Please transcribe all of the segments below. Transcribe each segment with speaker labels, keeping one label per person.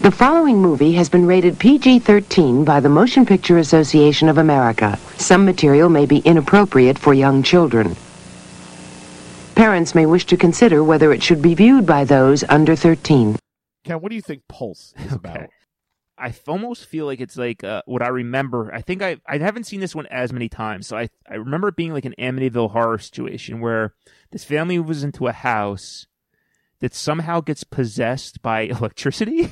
Speaker 1: The following movie has been rated PG-13 by the Motion Picture Association of America. Some material may be inappropriate for young children. Parents may wish to consider whether it should be viewed by those under 13.
Speaker 2: Ken, what do you think Pulse is about?
Speaker 3: I f- almost feel like it's like uh, what I remember. I think I I haven't seen this one as many times. So I I remember it being like an Amityville horror situation where this family moves into a house that somehow gets possessed by electricity.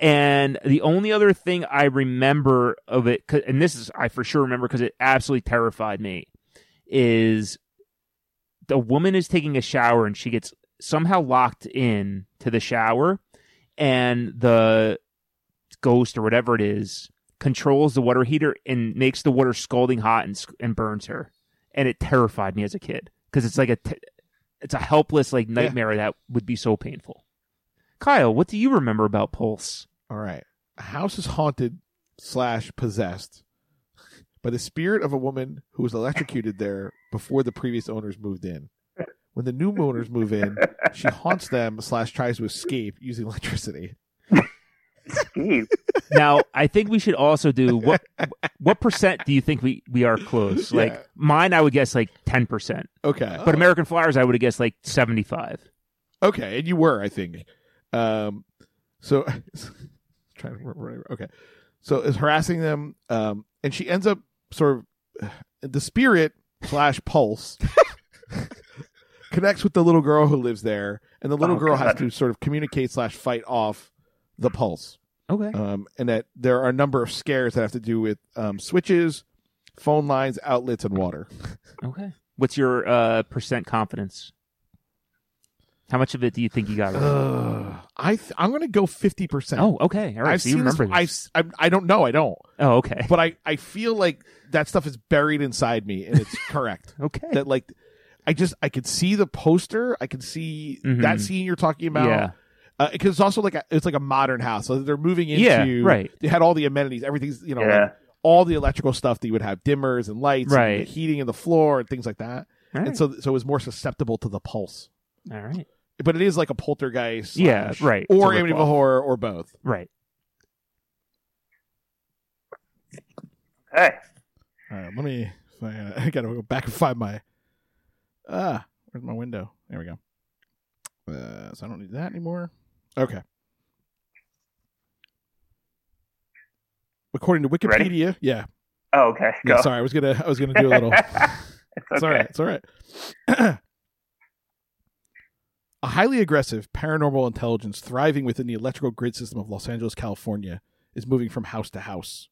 Speaker 3: and the only other thing I remember of it, 'cause- and this is I for sure remember because it absolutely terrified me, is the woman is taking a shower and she gets somehow locked in to the shower, and the ghost or whatever it is controls the water heater and makes the water scalding hot and sc- and burns her. And it terrified me as a kid because it's like a t- it's a helpless like nightmare that would be so painful. Kyle, what do you remember about Pulse?
Speaker 2: All right. A house is haunted slash possessed by the spirit of a woman who was electrocuted there before the previous owners moved in. When the new owners move in, she haunts them slash tries to escape using electricity.
Speaker 4: Escape.
Speaker 3: now i think we should also do what what percent do you think we we are close like
Speaker 2: Yeah. Oh.
Speaker 3: mine i would guess like 10%
Speaker 2: Okay.
Speaker 3: but american flyers i would have guessed like 75
Speaker 2: Okay, and you were, I think. Um, so trying to remember. Okay, so is harassing them, um, and she ends up sort of the spirit slash pulse connects with the little girl who lives there, and the little
Speaker 4: Oh,
Speaker 2: girl has
Speaker 4: God.
Speaker 2: to sort of communicate slash fight off the pulse
Speaker 3: okay
Speaker 2: um, and that there are a number of scares that have to do with um, switches, phone lines, outlets, and water.
Speaker 3: okay what's your uh percent confidence how much of it do you think you got
Speaker 2: Uh,
Speaker 3: right?
Speaker 2: Ugh. I th- I'm gonna go fifty percent.
Speaker 3: oh okay all right
Speaker 2: I've
Speaker 3: so you
Speaker 2: seen
Speaker 3: remember
Speaker 2: this. I've, s- I'm- I don't know. I don't.
Speaker 3: oh okay
Speaker 2: but I, I feel like that stuff is buried inside me and it's correct
Speaker 3: okay
Speaker 2: that like i just i could see the poster i could see
Speaker 3: Mhm.
Speaker 2: that scene you're talking about
Speaker 3: yeah
Speaker 2: because it's also like a, it's like a modern house so they're moving into
Speaker 3: Yeah, right.
Speaker 2: they had all the amenities everything's you know like,
Speaker 4: Yeah.
Speaker 2: all the electrical stuff that you would have dimmers and lights and
Speaker 3: Right.
Speaker 2: the heating and the floor and things like that
Speaker 3: all right.
Speaker 2: and so so it was more susceptible to the pulse
Speaker 3: all right
Speaker 2: but it is like a poltergeist
Speaker 3: Yeah,
Speaker 2: slash-
Speaker 3: right.
Speaker 2: or
Speaker 3: It's a ripoff.
Speaker 2: Amityville horror or both
Speaker 3: right
Speaker 4: Hey.
Speaker 2: All right, let me. find- I gotta go back and find my. Ah, where's my window? There we go. Uh, so I don't need that anymore. Okay. According to
Speaker 4: Ready?
Speaker 2: Wikipedia, yeah.
Speaker 4: Oh, okay. Go.
Speaker 2: yeah. Sorry, I was gonna. I was gonna do a little. It's
Speaker 4: it's okay.
Speaker 2: all right. It's all right. a highly aggressive paranormal intelligence thriving within the electrical grid system of Los Angeles, California, is moving from house to house.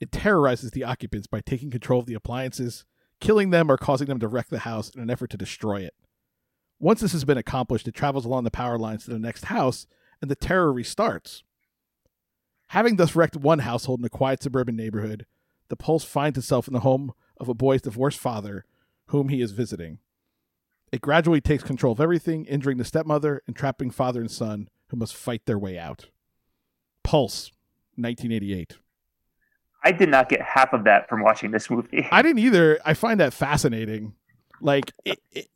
Speaker 2: It terrorizes the occupants by taking control of the appliances, killing them, or causing them to wreck the house in an effort to destroy it. Once this has been accomplished, it travels along the power lines to the next house, and the terror restarts. Having thus wrecked one household in a quiet suburban neighborhood, the pulse finds itself in the home of a boy's divorced father, whom he is visiting. It gradually takes control of everything, injuring the stepmother and trapping father and son, who must fight their way out. Pulse, 1988.
Speaker 4: I did not get half of that from watching this movie.
Speaker 2: I didn't either. I find that fascinating. Like, it, it,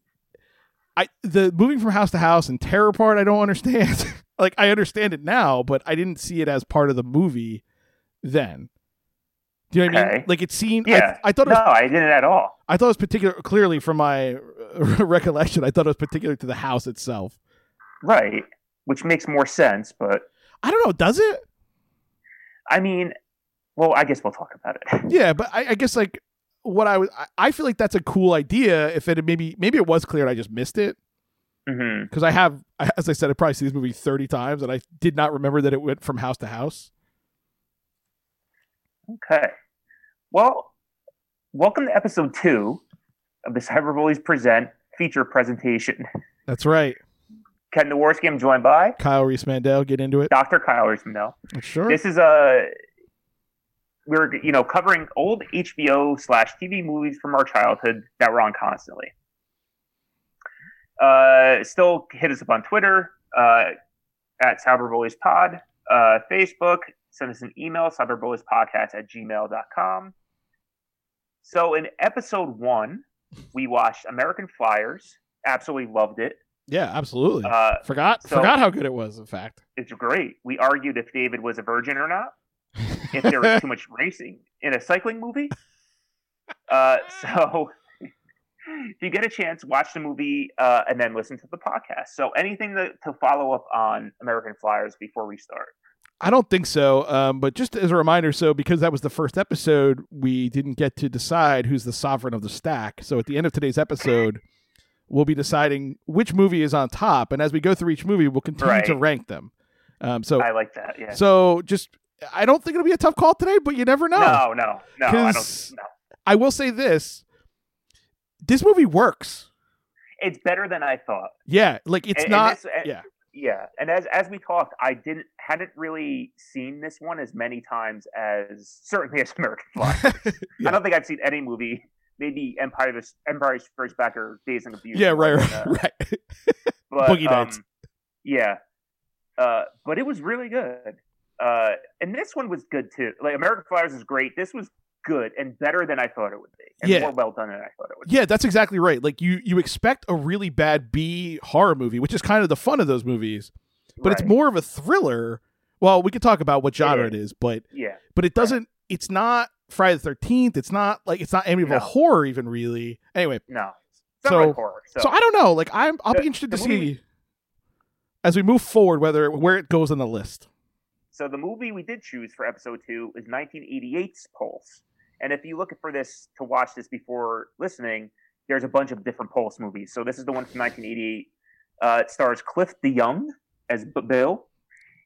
Speaker 2: I the moving from house to house and terror part, I don't understand. like, I understand it now, but I didn't see it as part of the movie then. Do you know what I mean?
Speaker 4: Okay.
Speaker 2: Like, it seemed. I-
Speaker 4: yeah.
Speaker 2: I, thought it
Speaker 4: no,
Speaker 2: was
Speaker 4: I didn't at all.
Speaker 2: I thought it was particular. Clearly, from my uh, recollection, I thought it was particular to the house itself.
Speaker 4: Right. Which makes more sense, but
Speaker 2: I don't know. Does it?
Speaker 4: I mean, well, I guess we'll talk about it.
Speaker 2: Yeah, but I, I guess like what I was. I, I feel like that's a cool idea. If it had maybe maybe it was clear and I just missed it
Speaker 4: hmm
Speaker 2: because I have, I- as I said, I probably see this movie thirty times and I did not remember that it went from house to house.
Speaker 4: Okay. Well, welcome to episode two of the Cyberbullies Present feature presentation.
Speaker 2: That's right.
Speaker 4: Ken Dworsky, I'm joined by
Speaker 2: Kyle Reese Mandel, get into it.
Speaker 4: Dr. Kyle Riesmandel.
Speaker 2: Sure.
Speaker 4: This is a we're you know covering old HBO slash TV movies from our childhood that were on constantly. Uh, still hit us up on Twitter uh, at Cyberbullies Pod, uh, Facebook. Send us an email cyberbulliespodcast at gmail.com. So in episode one, we watched American Flyers. Absolutely loved it.
Speaker 2: Yeah, absolutely.
Speaker 4: Uh,
Speaker 2: forgot
Speaker 4: so-
Speaker 2: forgot how good it was. In fact,
Speaker 4: it's great. We argued if David was a virgin or not, if there was too much racing in a cycling movie. Uh, so if you get a chance, watch the movie uh, and then listen to the podcast. So anything that, to follow up on American Flyers before we start?
Speaker 2: I don't think so. Um, but just as a reminder, so because that was the first episode, we didn't get to decide who's the sovereign of the stack. So at the end of today's episode, we'll be deciding which movie is on top, and as we go through each movie, we'll continue to
Speaker 4: Right.
Speaker 2: rank them. Um, so
Speaker 4: I like that. Yeah.
Speaker 2: so just I don't think it'll be a tough call today, but you never know.
Speaker 4: no, no, no. I don't.
Speaker 2: 'Cause-
Speaker 4: No.
Speaker 2: I will say this: this movie works.
Speaker 4: It's better than I thought.
Speaker 2: Yeah, like it's
Speaker 4: And- and
Speaker 2: not.
Speaker 4: this- and-
Speaker 2: yeah.
Speaker 4: yeah. And as as we talked, I didn't hadn't really seen this one as many times as certainly as American Fly.
Speaker 2: Yeah.
Speaker 4: I don't think I've seen any movie. Maybe Empire the Empire Strikes Back or Days and Confused.
Speaker 2: yeah, right,
Speaker 4: Uh,
Speaker 2: right, right.
Speaker 4: but,
Speaker 2: Boogie Nights.
Speaker 4: um, yeah, uh, but it was really good. Uh, and this one was good too. Like American Flyers is great. This was good and better than I thought it would be, and
Speaker 2: Yeah.
Speaker 4: more well done than I thought it would. be.
Speaker 2: Yeah, that's exactly right. Like you, you expect a really bad B horror movie, which is kind of the fun of those movies, but it's
Speaker 4: Right.
Speaker 2: more of a thriller. Well, we could talk about what genre it
Speaker 4: is.
Speaker 2: is, but
Speaker 4: Yeah,
Speaker 2: but it doesn't. It's not Friday the Thirteenth. It's not like it's not Amityville
Speaker 4: No.
Speaker 2: horror even really. Anyway,
Speaker 4: no, it's not
Speaker 2: So-
Speaker 4: really horror. So,
Speaker 2: so, I don't know. Like I'm, I'll
Speaker 4: The-
Speaker 2: be interested
Speaker 4: the
Speaker 2: to
Speaker 4: movie-
Speaker 2: see as we move forward whether where it goes on the list.
Speaker 4: So the movie we did choose for episode two is 1988's Pulse. And if you look for this to watch this before listening, there's a bunch of different Pulse movies. So this is the one from 1988. Uh, it stars Cliff DeYoung as B- Bill.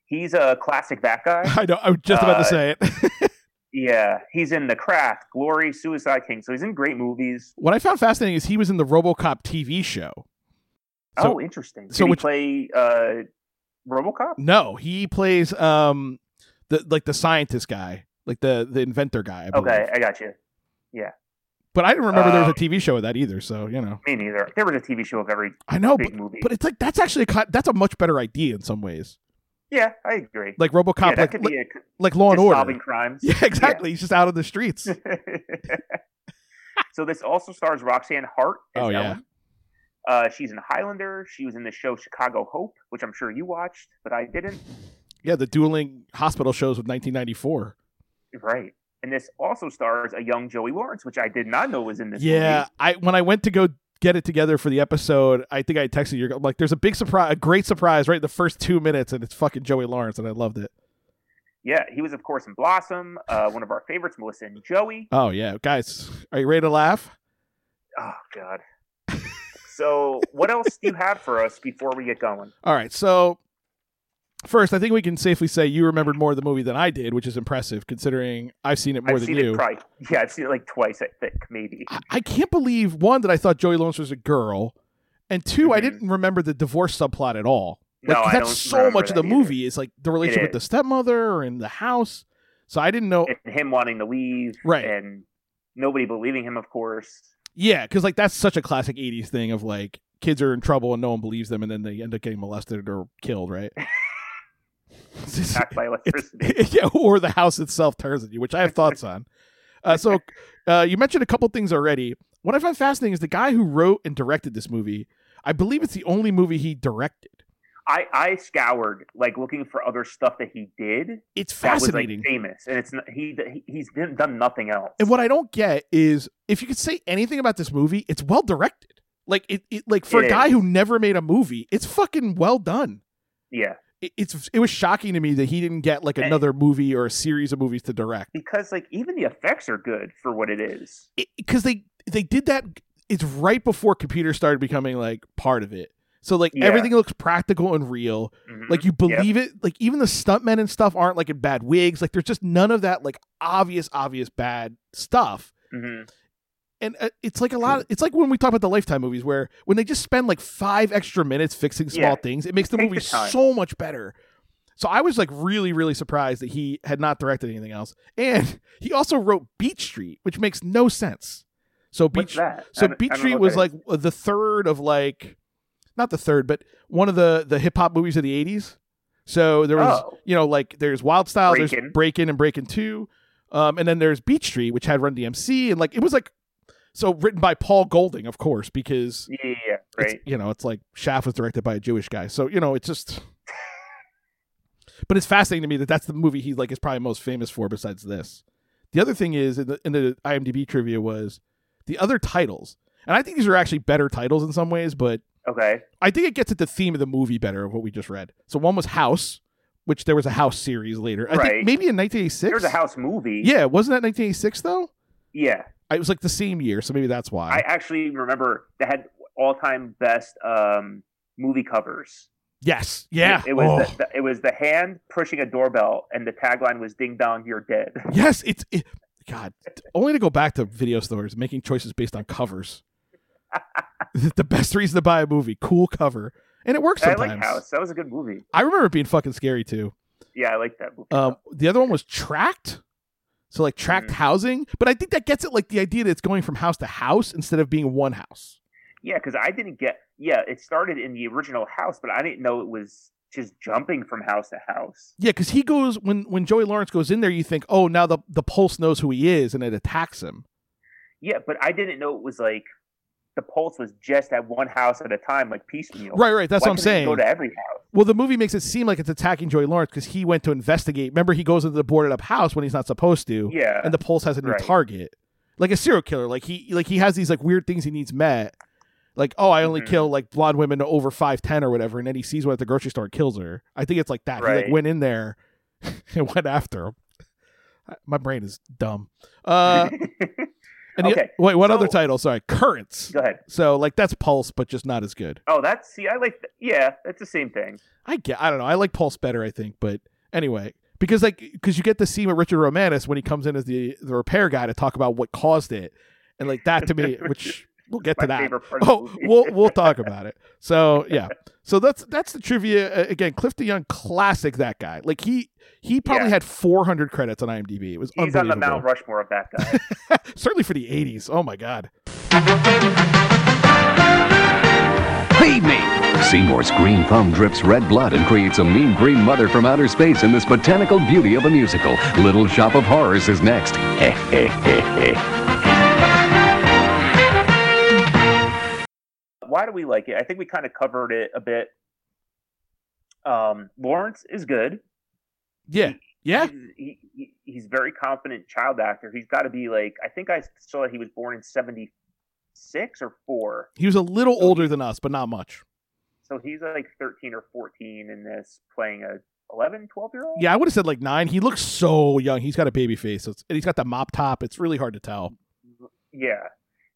Speaker 4: He's a classic that guy.
Speaker 2: I know. I was just about to
Speaker 4: Uh,
Speaker 2: say it.
Speaker 4: Yeah, he's in The Craft, Glory, Suicide King. So he's in great movies.
Speaker 2: what I found fascinating is he was in the RoboCop TV show. So-
Speaker 4: oh, interesting. Did
Speaker 2: so
Speaker 4: he
Speaker 2: which-
Speaker 4: play uh, RoboCop?
Speaker 2: No, he plays um the like the scientist guy, like the the inventor guy. I believe.
Speaker 4: Okay, I got you.
Speaker 2: but I didn't remember there was
Speaker 4: Uh,
Speaker 2: a TV show of that either. So you know,
Speaker 4: Me neither. There was a TV show of every
Speaker 2: I know,
Speaker 4: big
Speaker 2: Oh, but,
Speaker 4: movie.
Speaker 2: but it's like that's actually a, co- that's a much better idea in some ways.
Speaker 4: yeah, I agree.
Speaker 2: Like
Speaker 4: Yeah,
Speaker 2: RoboCop,
Speaker 4: that
Speaker 2: like,
Speaker 4: could
Speaker 2: like,
Speaker 4: be a
Speaker 2: like Law and
Speaker 4: just
Speaker 2: Order.
Speaker 4: solving crimes.
Speaker 2: Yeah, exactly. He's just out on the streets.
Speaker 4: so this also stars Roxanne Hart. As
Speaker 2: Oh, yeah.
Speaker 4: Ellen. Uh, she's in Highlander. She was in the show Chicago Hope, which I'm sure you watched, but I didn't.
Speaker 2: yeah, the dueling hospital shows of 1994.
Speaker 4: Right. And this also stars a young Joey Lawrence, which I did not know was in this.
Speaker 2: Yeah, I when I went to go get it together for the episode, I think I texted you. I'm like, there's a big surprise, a great surprise, right in the first two minutes, and it's fucking Joey Lawrence, and I loved it.
Speaker 4: Movie. Yeah. He was, of course, in Blossom. Uh, one of our favorites, Melissa and Joey.
Speaker 2: Oh yeah, guys, are you ready to laugh?
Speaker 4: Oh God. so what else do you have for us before we get going?
Speaker 2: All right. So, first, I think we can safely say you remembered more of the movie than I did, which is impressive considering I've seen it more
Speaker 4: I've
Speaker 2: than
Speaker 4: seen
Speaker 2: you.
Speaker 4: it probably. Yeah, I've seen it like twice. I think maybe.
Speaker 2: I, I can't believe one that I thought Joey Lawrence was a girl, and 2 I
Speaker 4: Mhm.
Speaker 2: didn't remember the divorce subplot at all.
Speaker 4: No,
Speaker 2: Like,
Speaker 4: I
Speaker 2: that's
Speaker 4: don't
Speaker 2: so
Speaker 4: remember
Speaker 2: much of
Speaker 4: that
Speaker 2: the
Speaker 4: either.
Speaker 2: movie is like the relationship with the stepmother and the house. So I didn't know.
Speaker 4: and him wanting to leave
Speaker 2: Right.
Speaker 4: and nobody believing him of course
Speaker 2: yeah, because like that's such a classic '80s thing of like kids are in trouble and no one believes them, and then they end up getting molested or killed, right?
Speaker 4: attacked by electricity
Speaker 2: yeah, or the house itself turns on you, which I have thoughts on. Uh, so uh, you mentioned a couple things already. What I find fascinating is the guy who wrote and directed this movie. I believe it's the only movie he directed.
Speaker 4: i i scoured like looking for other stuff that he did
Speaker 2: It's
Speaker 4: that was like
Speaker 2: fascinating.
Speaker 4: famous and it's not, he he- he's done done nothing else
Speaker 2: and what I don't get is if you could say anything about this movie, it's well directed. Like it, it like for
Speaker 4: It
Speaker 2: a guy
Speaker 4: is.
Speaker 2: who never made a movie, it's fucking well done.
Speaker 4: yeah
Speaker 2: It, it's it was shocking to me that he didn't get like
Speaker 4: And-
Speaker 2: another movie or a series of movies to direct.
Speaker 4: because like even the effects are good for what it is
Speaker 2: because they they did that it's right before computers started becoming like part of it so like
Speaker 4: Yeah.
Speaker 2: everything looks practical and real
Speaker 4: Mhm.
Speaker 2: like you believe it like even the stuntmen and stuff aren't like in bad wigs like there's just none of that like obvious obvious bad stuff
Speaker 4: Mhm.
Speaker 2: and uh, it's like a lot it's like when we talk about the lifetime movies where when they just spend like five extra minutes fixing small
Speaker 4: Yeah.
Speaker 2: things it makes the
Speaker 4: Take
Speaker 2: movie
Speaker 4: the time.
Speaker 2: so much better so i was like really really surprised that he had not directed anything else and he also wrote beach street which makes no sense so beach
Speaker 4: What's that? I
Speaker 2: so
Speaker 4: don't- I
Speaker 2: Beat
Speaker 4: don't know
Speaker 2: Street
Speaker 4: what
Speaker 2: was
Speaker 4: that
Speaker 2: like the third of like, not the third, but one of the the hip hop movies of the '80s. So there was,
Speaker 4: Oh.
Speaker 2: you know, like there's Wild Style,
Speaker 4: Breakin'.
Speaker 2: there's Breakin' and Breakin' Two, um, and then there's Beat Street, which had Run DMC, and like it was like So written by Paul Golding, of course, because
Speaker 4: Yeah, yeah, yeah,
Speaker 2: it's-
Speaker 4: right.
Speaker 2: you know, it's like Shaft was directed by a Jewish guy. So, you know, it's just. But it's fascinating to me that that's the movie he like is probably most famous for besides this. The other thing is in the, in the IMDb trivia was the other titles, and I think these are actually better titles in some ways, but
Speaker 4: Okay.
Speaker 2: I think it gets at the theme of the movie better of what we just read. So one was House, which there was a House series later. I
Speaker 4: Right.
Speaker 2: think maybe in 1986.
Speaker 4: There's a house movie.
Speaker 2: Yeah, wasn't that 1986 though?
Speaker 4: Yeah.
Speaker 2: It was like the same year, so maybe that's why.
Speaker 4: I actually remember that had all time best um, movie covers.
Speaker 2: yes. Yeah.
Speaker 4: It, it was
Speaker 2: Oh.
Speaker 4: the, the, it was the hand pushing a doorbell, and the tagline was "Ding dong, you're dead."
Speaker 2: Oh. Yes, it's it, God. Only to go back to video stores making choices based on covers. the best reason to buy a movie, cool cover, and it works
Speaker 4: I
Speaker 2: sometimes.
Speaker 4: like House. That was a good movie.
Speaker 2: I remember it being fucking scary too.
Speaker 4: Yeah, I like that movie.
Speaker 2: Um, the other one was tracked, so like tracked
Speaker 4: Mhm.
Speaker 2: housing, but I think that gets it like the idea that it's going from house to house instead of being one house.
Speaker 4: yeah, because I didn't get. Yeah, it started in the original House, but I didn't know it was just jumping from house to house.
Speaker 2: Yeah, because he goes when when Joey Lawrence goes in there, you think, oh, now the the pulse knows who he is and it attacks him.
Speaker 4: Yeah, but I didn't know it was like the pulse was just at one house at a time, like piecemeal.
Speaker 2: Right, right. That's what
Speaker 4: Why
Speaker 2: I'm
Speaker 4: couldn't it
Speaker 2: saying.
Speaker 4: Go to every house.
Speaker 2: Well, the movie makes it seem like it's attacking Joey Lawrence because he went to investigate. Remember, he goes into the boarded up house when he's not supposed to,
Speaker 4: Yeah,
Speaker 2: and the pulse has a new
Speaker 4: right.
Speaker 2: target, like a serial killer. Like he, like he has these like weird things he needs met. Like, oh, I only
Speaker 4: Mhm.
Speaker 2: kill like blonde women over five ten or whatever, and then he sees one at the grocery store and kills her. I think it's like that. He like
Speaker 4: Right.
Speaker 2: went in there and went after him. My brain is dumb. Uh, and the-
Speaker 4: Okay,
Speaker 2: wait, what
Speaker 4: so-
Speaker 2: other title? Sorry, Currents.
Speaker 4: go ahead.
Speaker 2: So like that's Pulse, but just not as good.
Speaker 4: Oh, that's see, I like. Th- yeah, that's the same thing.
Speaker 2: I get. I don't know. I like Pulse better. I think, but anyway, because like because you get the scene with Richard Romanus when he comes in as the the repair guy to talk about what caused it, and like that to me, which we'll get
Speaker 4: My
Speaker 2: to that.
Speaker 4: favorite part of the
Speaker 2: Oh,
Speaker 4: movie.
Speaker 2: we'll we'll talk about it. So yeah, so that's that's the trivia Uh, again. Cliff DeYoung, classic that guy. Like he he probably
Speaker 4: Yeah.
Speaker 2: had 400 credits on IMDb. It was
Speaker 4: He's on
Speaker 2: unbelievable.
Speaker 4: the Mount Rushmore of that guy.
Speaker 2: Certainly for the 80s. Oh my god.
Speaker 5: Pay me! Seymour's green thumb drips red blood and creates a mean green mother from outer space in this botanical beauty of a musical. Little Shop of Horrors is next.
Speaker 4: Why do we like it? I think we kind of covered it a bit. Um, Lawrence is good.
Speaker 2: Yeah. Yeah.
Speaker 4: He's, he, he- he's a very confident child actor. He's got to be like I think I saw that he was born in seventy six or four,
Speaker 2: He was a little older than us, but not much.
Speaker 4: so he's like thirteen or fourteen in this, playing a 11, 12 year old.
Speaker 2: Yeah, I would have said like nine. He looks so young. He's got a baby face, so it's, and he's got the mop top. It's really hard to tell.
Speaker 4: Yeah.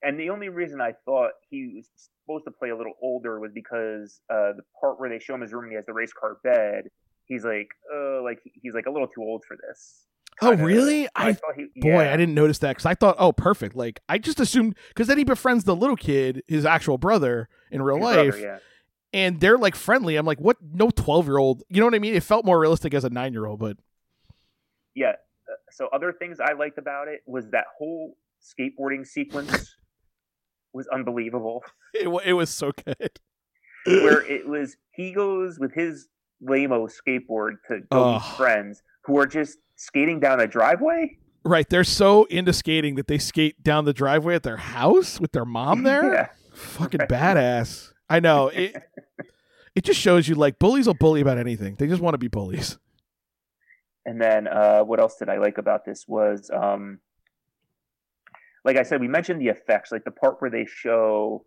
Speaker 4: And the only reason I thought he was supposed to play a little older was because uh, the part where they show him his room and he has the race car bed, he's like, uh, like he's like a little too old for this.
Speaker 2: Oh,
Speaker 4: Kinda.
Speaker 2: really?
Speaker 4: So
Speaker 2: I
Speaker 4: thought he,
Speaker 2: boy,
Speaker 4: yeah.
Speaker 2: I didn't notice that because I thought, oh, perfect. Like I just assumed because then he befriends the little kid, his actual brother in real
Speaker 4: His
Speaker 2: life,
Speaker 4: brother, yeah.
Speaker 2: and they're like friendly. I'm like, what? No twelve year old. You know what I mean? It felt more realistic as a nine year old, but
Speaker 4: yeah. Uh, So other things I liked about it was that whole skateboarding sequence was unbelievable.
Speaker 2: it wa- it was so good.
Speaker 4: where it was he goes with his lamo skateboard to go meet
Speaker 2: Ugh.
Speaker 4: friends who are just skating down a driveway.
Speaker 2: Right, they're so into skating that they skate down the driveway at their house with their mom there.
Speaker 4: yeah.
Speaker 2: Fucking badass. I know. It it just shows you like bullies will bully about anything. They just want to be bullies.
Speaker 4: And then uh, what else did I like about this was, um, like I said, we mentioned the effects, like the part where they show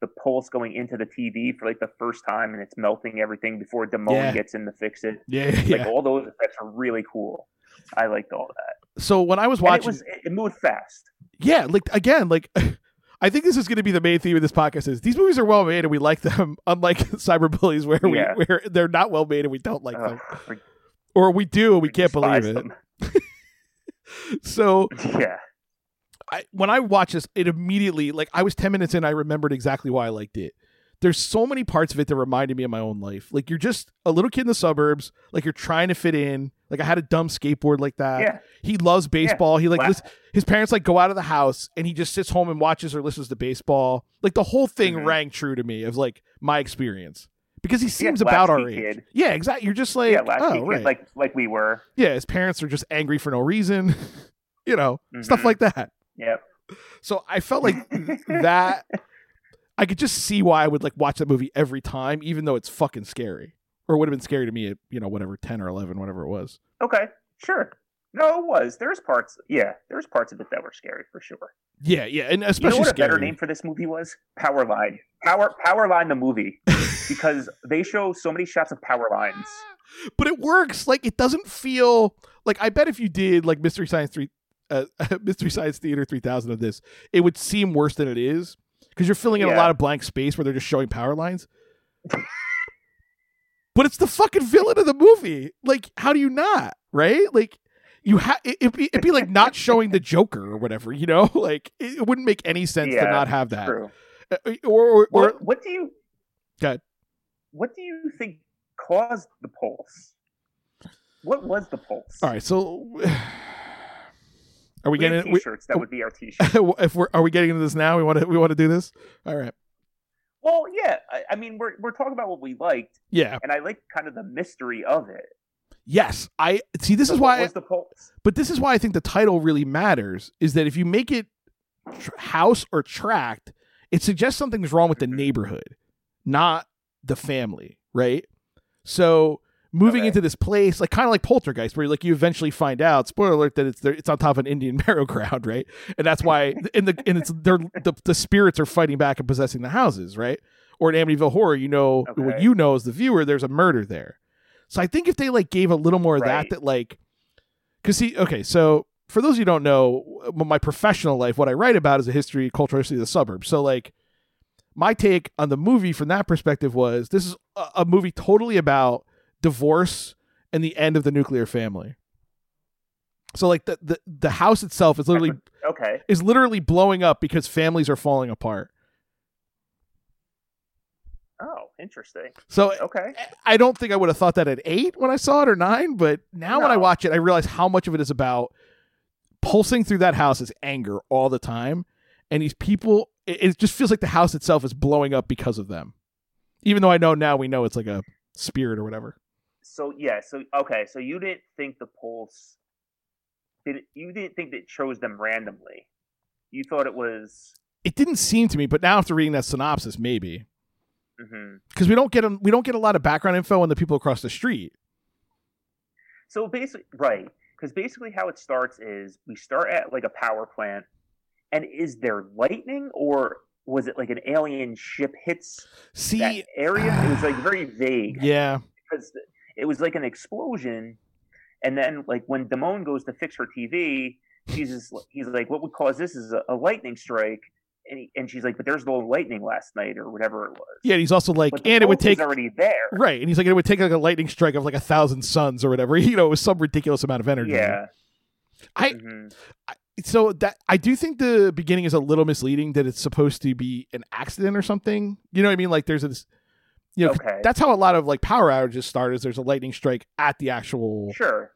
Speaker 4: the pulse going into the TV for like the first time and it's melting everything before Damone
Speaker 2: Yeah.
Speaker 4: gets in to fix it.
Speaker 2: Yeah, yeah.
Speaker 4: Like all those effects are really cool. I liked all that.
Speaker 2: so when I was
Speaker 4: And it
Speaker 2: watching,
Speaker 4: was it, it moved fast.
Speaker 2: yeah, like again, like I think this is going to be the main theme of this podcast is these movies are well made and we like them, unlike cyberbullies where we
Speaker 4: Yeah.
Speaker 2: where they're not well made and we don't like
Speaker 4: Ugh,
Speaker 2: them, or we do and we can't believe
Speaker 4: despise
Speaker 2: it.
Speaker 4: them.
Speaker 2: So
Speaker 4: Yeah,
Speaker 2: I, when I watched this, it immediately like I was ten minutes in, I remembered exactly why I liked it. There's so many parts of it that reminded me of my own life. Like you're just a little kid in the suburbs, like you're trying to fit in. Like I had a dumb skateboard like that.
Speaker 4: yeah.
Speaker 2: He loves baseball. He like
Speaker 4: Wow.
Speaker 2: lis- his parents like go out of the house and he just sits home and watches or listens to baseball. Like the whole thing
Speaker 4: Mhm.
Speaker 2: rang true to me of like my experience because he seems
Speaker 4: Yeah,
Speaker 2: about our
Speaker 4: latchkey
Speaker 2: age.
Speaker 4: kid.
Speaker 2: Yeah, exactly. You're just like
Speaker 4: yeah, last
Speaker 2: oh
Speaker 4: week,
Speaker 2: right.
Speaker 4: like like we were.
Speaker 2: yeah, his parents are just angry for no reason. you know, stuff
Speaker 4: Mhm.
Speaker 2: like that.
Speaker 4: Yep.
Speaker 2: So I felt like that I could just see why I would like watch that movie every time, even though it's fucking scary. Or it would have been scary to me at, you know, whatever, ten or eleven, whatever it was.
Speaker 4: Okay, sure. No, it was. There's parts. Yeah, there's parts of it that were scary for sure.
Speaker 2: Yeah, yeah, and
Speaker 4: You
Speaker 2: especially
Speaker 4: know what a
Speaker 2: scary.
Speaker 4: better name for this movie was? Power Line. Power Power Line the movie because they show so many shots of power lines.
Speaker 2: but it works. Like it doesn't feel like I bet if you did like Mystery Science three, uh, Mystery Science Theater three thousand of this, it would seem worse than it is because you're filling in a
Speaker 4: Yeah.
Speaker 2: lot of blank space where they're just showing power lines. but it's the fucking villain of the movie. Like, how do you not? Right? Like. You ha- it- it'd be it'd be like not showing the Joker or whatever, you know. Like it, it wouldn't make any sense to
Speaker 4: Yeah,
Speaker 2: not have that.
Speaker 4: True.
Speaker 2: Uh, Or, or, or
Speaker 4: What, what do you?
Speaker 2: Go ahead.
Speaker 4: What do you think caused the pulse? What was the pulse?
Speaker 2: all right. So, are we
Speaker 4: we had
Speaker 2: getting we-
Speaker 4: t-shirts. that would be our t-shirt.
Speaker 2: if we're are we getting into this now? We want to we want to do this. All right.
Speaker 4: well, yeah. I, I mean, we're we're talking about what we liked,
Speaker 2: Yeah.
Speaker 4: and I like kind of the mystery of it.
Speaker 2: Yes. I see. This is
Speaker 4: What
Speaker 2: why.
Speaker 4: was the pulse?
Speaker 2: but this is why I think the title really matters. Is that if you make it tr- house or tract, it suggests something's wrong with
Speaker 4: Mm-hmm.
Speaker 2: the neighborhood, not the family, right? So moving
Speaker 4: Okay.
Speaker 2: into this place, like kind of like Poltergeist, where like you eventually find out, spoiler alert, that it's there, it's on top of an Indian burial ground, right? And that's why in the and it's they're the, the spirits are fighting back and possessing the houses, right? Or in Amityville Horror, you know what
Speaker 4: Okay.
Speaker 2: you know as the viewer, there's a murder there. So I think if they like gave a little more of that,
Speaker 4: Right.
Speaker 2: that like, because see, okay, so for those of you who don't know, m- my professional life, what I write about is a history, cultural history of the suburbs. So like, my take on the movie from that perspective was this is a, a movie totally about divorce and the end of the nuclear family. So like the the, the house itself is literally
Speaker 4: Okay.
Speaker 2: is literally blowing up because families are falling apart.
Speaker 4: Oh, interesting.
Speaker 2: So
Speaker 4: Okay.
Speaker 2: I don't think I would have thought that at eight when I saw it or nine, but now when I
Speaker 4: No.
Speaker 2: watch it, I realize how much of it is about pulsing through that house is anger all the time. And these people, it, it just feels like the house itself is blowing up because of them. Even though I know now we know it's like a spirit or whatever.
Speaker 4: So yeah. So okay. So you didn't think the pulse? Did it, you didn't think that chose them randomly? You thought it was.
Speaker 2: It didn't seem to me, but now after reading that synopsis, maybe
Speaker 4: mhm.
Speaker 2: because we don't get 'em- we don't get a lot of background info on the people across the street.
Speaker 4: So basically, right? Because basically, how it starts is we start at like a power plant, and is there lightning or was it like an alien ship hits
Speaker 2: See,
Speaker 4: that area? It was like very vague.
Speaker 2: yeah,
Speaker 4: because th- it was like an explosion. And then, like when Damone goes to fix her TV, she's just, he's like, "What would cause this is a, a lightning strike," and he, and she's like, "But there's no lightning last night or whatever it was."
Speaker 2: yeah. and He's also like,
Speaker 4: but the
Speaker 2: and it would
Speaker 4: pulse was
Speaker 2: take
Speaker 4: already there.
Speaker 2: Right. And he's like, it would take like a lightning strike of like a thousand suns or whatever. You know, it was some ridiculous amount of energy.
Speaker 4: Yeah.
Speaker 2: I-
Speaker 4: Mhm.
Speaker 2: So that I do think the beginning is a little misleading that it's supposed to be an accident or something. You know what I mean? Like there's this you know, 'cause
Speaker 4: Okay.
Speaker 2: that's how a lot of like power outages start is there's a lightning strike at the actual
Speaker 4: Sure.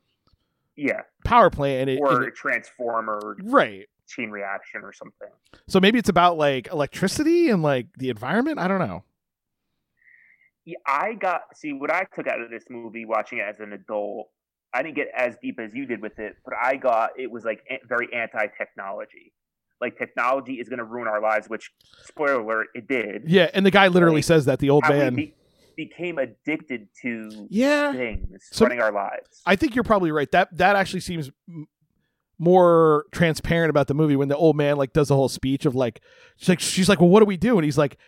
Speaker 4: Yeah,
Speaker 2: power plant and it,
Speaker 4: or
Speaker 2: and
Speaker 4: a transformer
Speaker 2: it- right.
Speaker 4: chain reaction or something.
Speaker 2: So maybe it's about like electricity and like the environment. I don't know.
Speaker 4: Yeah, I got see what I took out of this movie watching it as an adult. I didn't get as deep as you did with it, but I got it was like a- very anti technology. Like technology is going to ruin our lives, which spoiler alert, it did.
Speaker 2: Yeah, and the guy literally
Speaker 4: Right.
Speaker 2: says that the old
Speaker 4: How we
Speaker 2: man.
Speaker 4: be- became addicted to
Speaker 2: yeah.
Speaker 4: things
Speaker 2: So-
Speaker 4: running our lives.
Speaker 2: I think you're probably right. That that actually seems m- more transparent about the movie when the old man like does the whole speech of like she's like she's like, "Well, what do we do?" And he's like,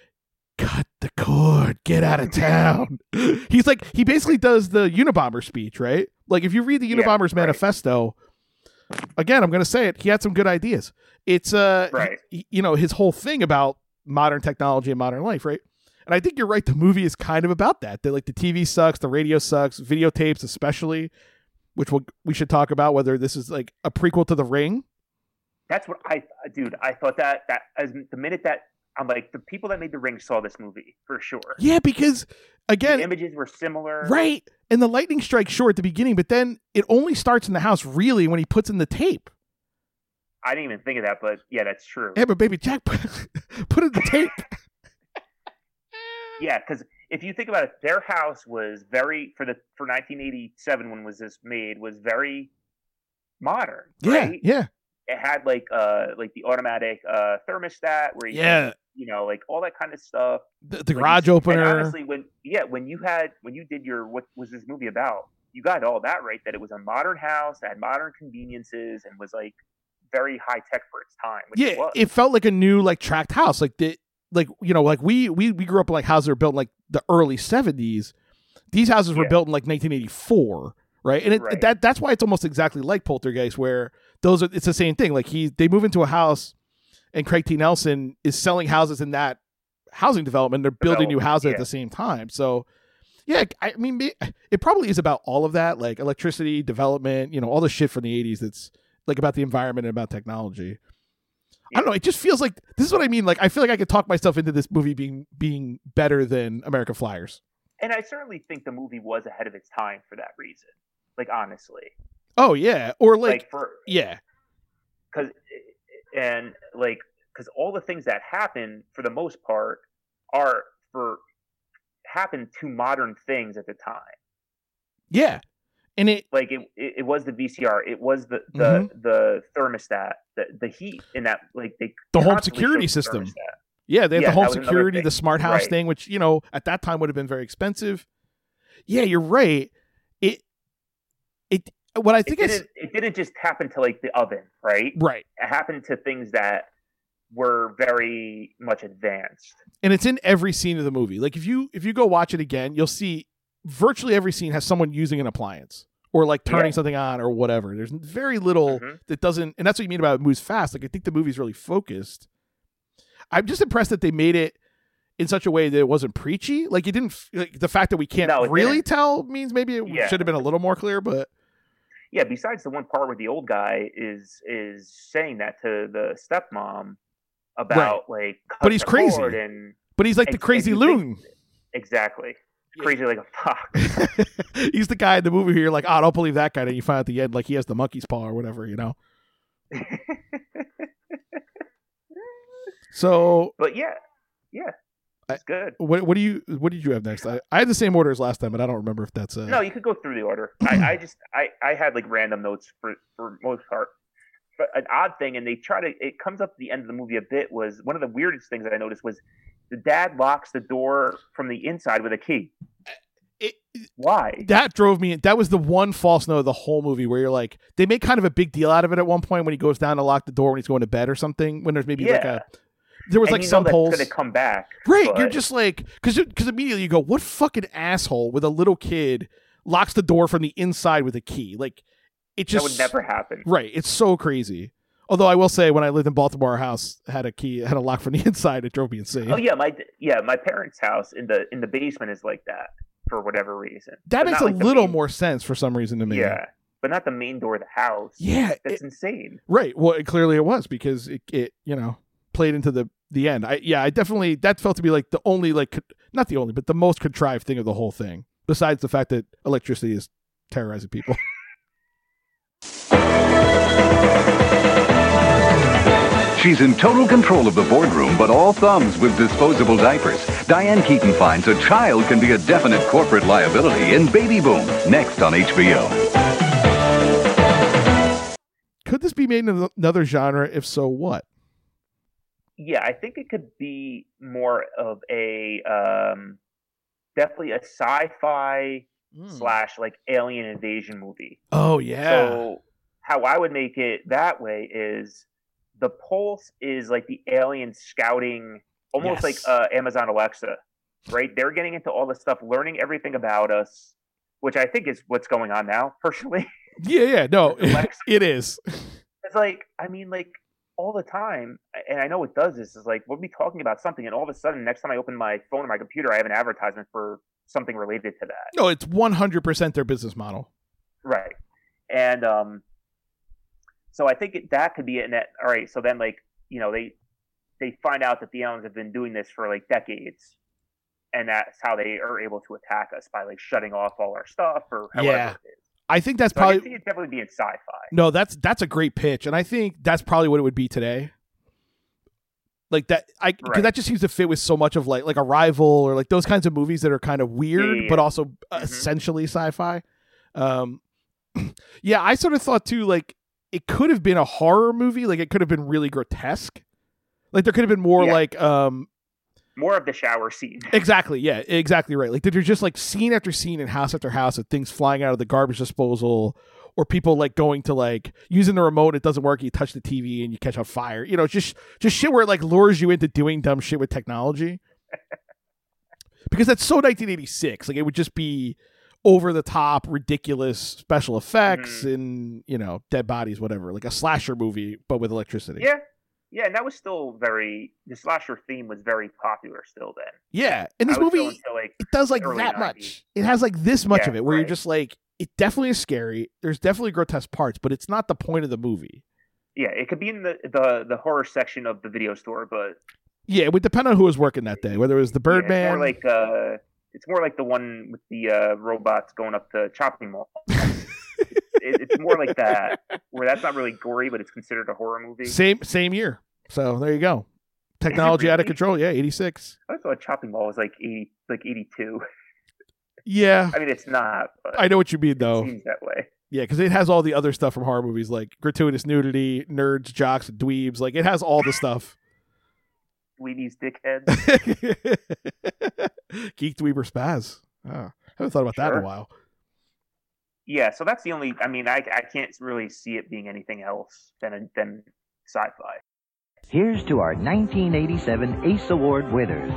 Speaker 2: "Cut the cord, get out of town." he's like he basically does the Unabomber speech, right? Like if you read the
Speaker 4: Yeah,
Speaker 2: Unabomber's
Speaker 4: right.
Speaker 2: manifesto, again, I'm going to say it, he had some good ideas. It's uh
Speaker 4: Right.
Speaker 2: y- you know, his whole thing about modern technology and modern life, right? And I think you're right. The movie is kind of about that. That like the TV sucks, the radio sucks, videotapes especially, which we'll, we should talk about whether this is like a prequel to The Ring.
Speaker 4: That's what I, dude. I thought that that as the minute that I'm like the people that made the ring saw this movie for sure.
Speaker 2: Yeah, because
Speaker 4: the
Speaker 2: again,
Speaker 4: images were similar.
Speaker 2: right, and the lightning strikes sure at the beginning, but then it only starts in the house really when he puts in the tape.
Speaker 4: I didn't even think of that, but yeah, that's true.
Speaker 2: Yeah, but baby Jack put, put in the tape.
Speaker 4: Yeah, because if you think about it, their house was very for the for 1987 when was this made was very modern.
Speaker 2: yeah,
Speaker 4: right?
Speaker 2: yeah,
Speaker 4: it had like uh like the automatic uh thermostat where you
Speaker 2: Yeah,
Speaker 4: you know like all that kind of stuff.
Speaker 2: the, the
Speaker 4: Like,
Speaker 2: garage
Speaker 4: you-
Speaker 2: opener.
Speaker 4: And honestly, when yeah, when you had when you did your what was this movie about? You got all that right. That it was a modern house, that had modern conveniences, and was like very high tech for its time. Which
Speaker 2: yeah,
Speaker 4: it was.
Speaker 2: it felt like a new like tracked house. Like the like you know like we we we grew up in like houses that were built in, like the early seventies. These houses were
Speaker 4: Yeah.
Speaker 2: built in like 1984, right? And it,
Speaker 4: Right.
Speaker 2: that that's why it's almost exactly like Poltergeist, where those are it's the same thing. Like he they move into a house, and Craig T. Nelson is selling houses in that housing development. They're building new
Speaker 4: Development,
Speaker 2: houses
Speaker 4: yeah.
Speaker 2: at the same time. So yeah, I mean may- it probably is about all of that, like electricity development, you know, all the shit from the 80s that's like about the environment and about technology. I don't know. It just feels like this is what I mean. Like I feel like I could talk myself into this movie being being better than American Flyers.
Speaker 4: and I certainly think the movie was ahead of its time for that reason. Like honestly,
Speaker 2: Oh yeah, or like,
Speaker 4: like for
Speaker 2: yeah,
Speaker 4: because eh, and like because all the things that happen for the most part are for happened to modern things at the time
Speaker 2: yeah, and it
Speaker 4: like it it, it was the vcr it was the the
Speaker 2: Mm-hmm.
Speaker 4: the thermostat the the heat in that like they
Speaker 2: the home
Speaker 4: constantly
Speaker 2: security
Speaker 4: showed the
Speaker 2: system.
Speaker 4: thermostat.
Speaker 2: Yeah, they had
Speaker 4: Yeah,
Speaker 2: the home
Speaker 4: that was another
Speaker 2: security,
Speaker 4: thing.
Speaker 2: the smart house
Speaker 4: Right.
Speaker 2: thing, which you know at that time would have been very expensive. Yeah, you're right. It it what I
Speaker 4: it
Speaker 2: think is
Speaker 4: didn't, it didn't just happen to like the oven right
Speaker 2: right,
Speaker 4: it happened to things that were very much advanced
Speaker 2: and it's in every scene of the movie. Like if you if you go watch it again, you'll see virtually every scene has someone using an appliance or like turning
Speaker 4: Yeah.
Speaker 2: something on or whatever. There's very little.
Speaker 4: Mhm.
Speaker 2: that doesn't and that's what you mean about it moves fast like i think the movie's really focused i'm just impressed that they made it in such a way that it wasn't preachy like you didn't f- like the fact that we can't
Speaker 4: No, it
Speaker 2: really
Speaker 4: didn't.
Speaker 2: tell means maybe it
Speaker 4: Yeah.
Speaker 2: should have been a little more clear but
Speaker 4: yeah besides the one part where the old guy is is saying that to the stepmom about like cut
Speaker 2: But he's
Speaker 4: the cord
Speaker 2: crazy.
Speaker 4: and
Speaker 2: but he's like the
Speaker 4: Ex-
Speaker 2: crazy
Speaker 4: and you
Speaker 2: loon
Speaker 4: think- exactly
Speaker 2: Yeah.
Speaker 4: crazy like a fuck
Speaker 2: he's the guy in the movie who you're like oh I don't believe that guy and you find out at the end like he has the monkey's paw or whatever you know so
Speaker 4: but yeah yeah it's good
Speaker 2: what, what do you what did you have next I, I had the same order as last time but i don't remember if that's a
Speaker 4: no you could go through the order i, I just I, I had like random notes for for most part but an odd thing and they try to it comes up at the end of the movie a bit was one of the weirdest things that i noticed was the dad locks the door from the inside with a key
Speaker 2: It-
Speaker 4: why
Speaker 2: that drove me. That was the one false note of the whole movie where you're like, they make kind of a big deal out of it at one point when he goes down to lock the door when he's going to bed or something. When there's maybe like
Speaker 4: Yeah.
Speaker 2: a, there was
Speaker 4: And
Speaker 2: like
Speaker 4: you know
Speaker 2: some
Speaker 4: that's
Speaker 2: polls.
Speaker 4: gonna come back
Speaker 2: Right. You're
Speaker 4: but-
Speaker 2: just like, because because immediately you go, what fucking asshole with a little kid locks the door from the inside with a key? Like, it just
Speaker 4: that would never happen
Speaker 2: Right. It's so crazy. Although I will say, when I lived in Baltimore, our house had a key, had a lock from the inside. It drove me insane.
Speaker 4: Oh yeah, my yeah, my parents' house in the in the basement is like that for whatever reason.
Speaker 2: That
Speaker 4: But
Speaker 2: makes
Speaker 4: not
Speaker 2: a
Speaker 4: like the
Speaker 2: little
Speaker 4: main-
Speaker 2: more sense for some reason to me.
Speaker 4: Yeah, but not the main door of the house.
Speaker 2: Yeah. it-
Speaker 4: that's insane.
Speaker 2: Right. Well, it, clearly it was because it, it you know played into the the end. I yeah, I definitely that felt to be like the only like con- not the only but the most contrived thing of the whole thing. Besides the fact that electricity is terrorizing people.
Speaker 5: She's in total control of the boardroom, but all thumbs with disposable diapers. Diane Keaton finds a child can be a definite corporate liability in Baby Boom, next on HBO.
Speaker 2: Could this be made in another genre? If so, what?
Speaker 4: Yeah, I think it could be more of a um, definitely a sci-fi
Speaker 2: Hmm.
Speaker 4: slash like alien invasion movie.
Speaker 2: Oh yeah.
Speaker 4: So how I would make it that way is the pulse is like the alien scouting,
Speaker 2: Yes.
Speaker 4: almost like uh, Amazon Alexa, right? They're getting into all this stuff, learning everything about us, which I think is what's going on now. Personally,
Speaker 2: yeah, yeah. No,
Speaker 4: Alexa.
Speaker 2: it is.
Speaker 4: it's like I mean, like all the time, and I know it does this. Is like we'll be talking about something, and all of a sudden, next time I open my phone or my computer, I have an advertisement for something related to that.
Speaker 2: No, it's one hundred percent their business model.
Speaker 4: Right. And um so I think it, that could be it. And that, all right, so then like, you know, they they find out that the aliens have been doing this for like decades. And that's how they are able to attack us by like shutting off all our stuff or however
Speaker 2: Yeah.
Speaker 4: it is.
Speaker 2: I think that's
Speaker 4: So I can
Speaker 2: probably
Speaker 4: see it definitely being sci-fi.
Speaker 2: no. That's that's a great pitch, and I think that's probably what it would be today. like that i because
Speaker 4: Right.
Speaker 2: that just seems to fit with so much of like like arrival or like those kinds of movies that are kind of weird
Speaker 4: Yeah, yeah,
Speaker 2: but
Speaker 4: yeah.
Speaker 2: also
Speaker 4: Mm-hmm.
Speaker 2: essentially sci-fi um yeah i sort of thought too like it could have been a horror movie. Like it could have been really grotesque. Like there could have been more
Speaker 4: Yeah.
Speaker 2: like um
Speaker 4: More of the shower scene.
Speaker 2: Exactly. Yeah. Exactly right. Like there's just like scene after scene and house after house of things flying out of the garbage disposal, or people like going to like using the remote. It doesn't work. You touch the TV and you catch on fire. You know, it's just just shit where it like lures you into doing dumb shit with technology. because that's so 1986. Like it would just be over the top, ridiculous special effects
Speaker 4: Mm-hmm.
Speaker 2: and you know dead bodies, whatever. Like a slasher movie, but with electricity.
Speaker 4: Yeah. Yeah, and that was still very the slasher theme was very popular still then.
Speaker 2: Yeah. And this
Speaker 4: I would go
Speaker 2: movie.
Speaker 4: into, like
Speaker 2: it does like
Speaker 4: early
Speaker 2: that
Speaker 4: 90s.
Speaker 2: much. It has like this much
Speaker 4: Yeah,
Speaker 2: of it where you're
Speaker 4: right.
Speaker 2: just like, it definitely is scary. There's definitely grotesque parts, but it's not the point of the movie.
Speaker 4: yeah, it could be in the, the the horror section of the video store, but
Speaker 2: Yeah, it would depend on who was working that day, whether it was the
Speaker 4: yeah, it's
Speaker 2: Birdman.
Speaker 4: more like uh, it's more like the one with the uh, robots going up to chopping mall. it, it's more like that, where that's not really gory, but it's considered a horror movie.
Speaker 2: same same year. So there you go. Technology out of
Speaker 4: really?
Speaker 2: control. Yeah, 86.
Speaker 4: I thought chopping mall was like eighty, like eighty-two.
Speaker 2: Yeah,
Speaker 4: I mean, it's not, but
Speaker 2: I know what you mean
Speaker 4: it
Speaker 2: though.
Speaker 4: seems that way.
Speaker 2: Yeah, because it has all the other stuff from horror movies like gratuitous nudity, nerds, jocks, dweebs. Like it has all the stuff.
Speaker 4: Weenies, dickheads.
Speaker 2: Geek dweeber spaz. Ah, I haven't thought about that in
Speaker 4: Sure.
Speaker 2: a while.
Speaker 4: yeah, so that's the only. I mean, I I can't really see it being anything else than a, than sci-fi.
Speaker 6: Here's to our 1987 ACE Award winners.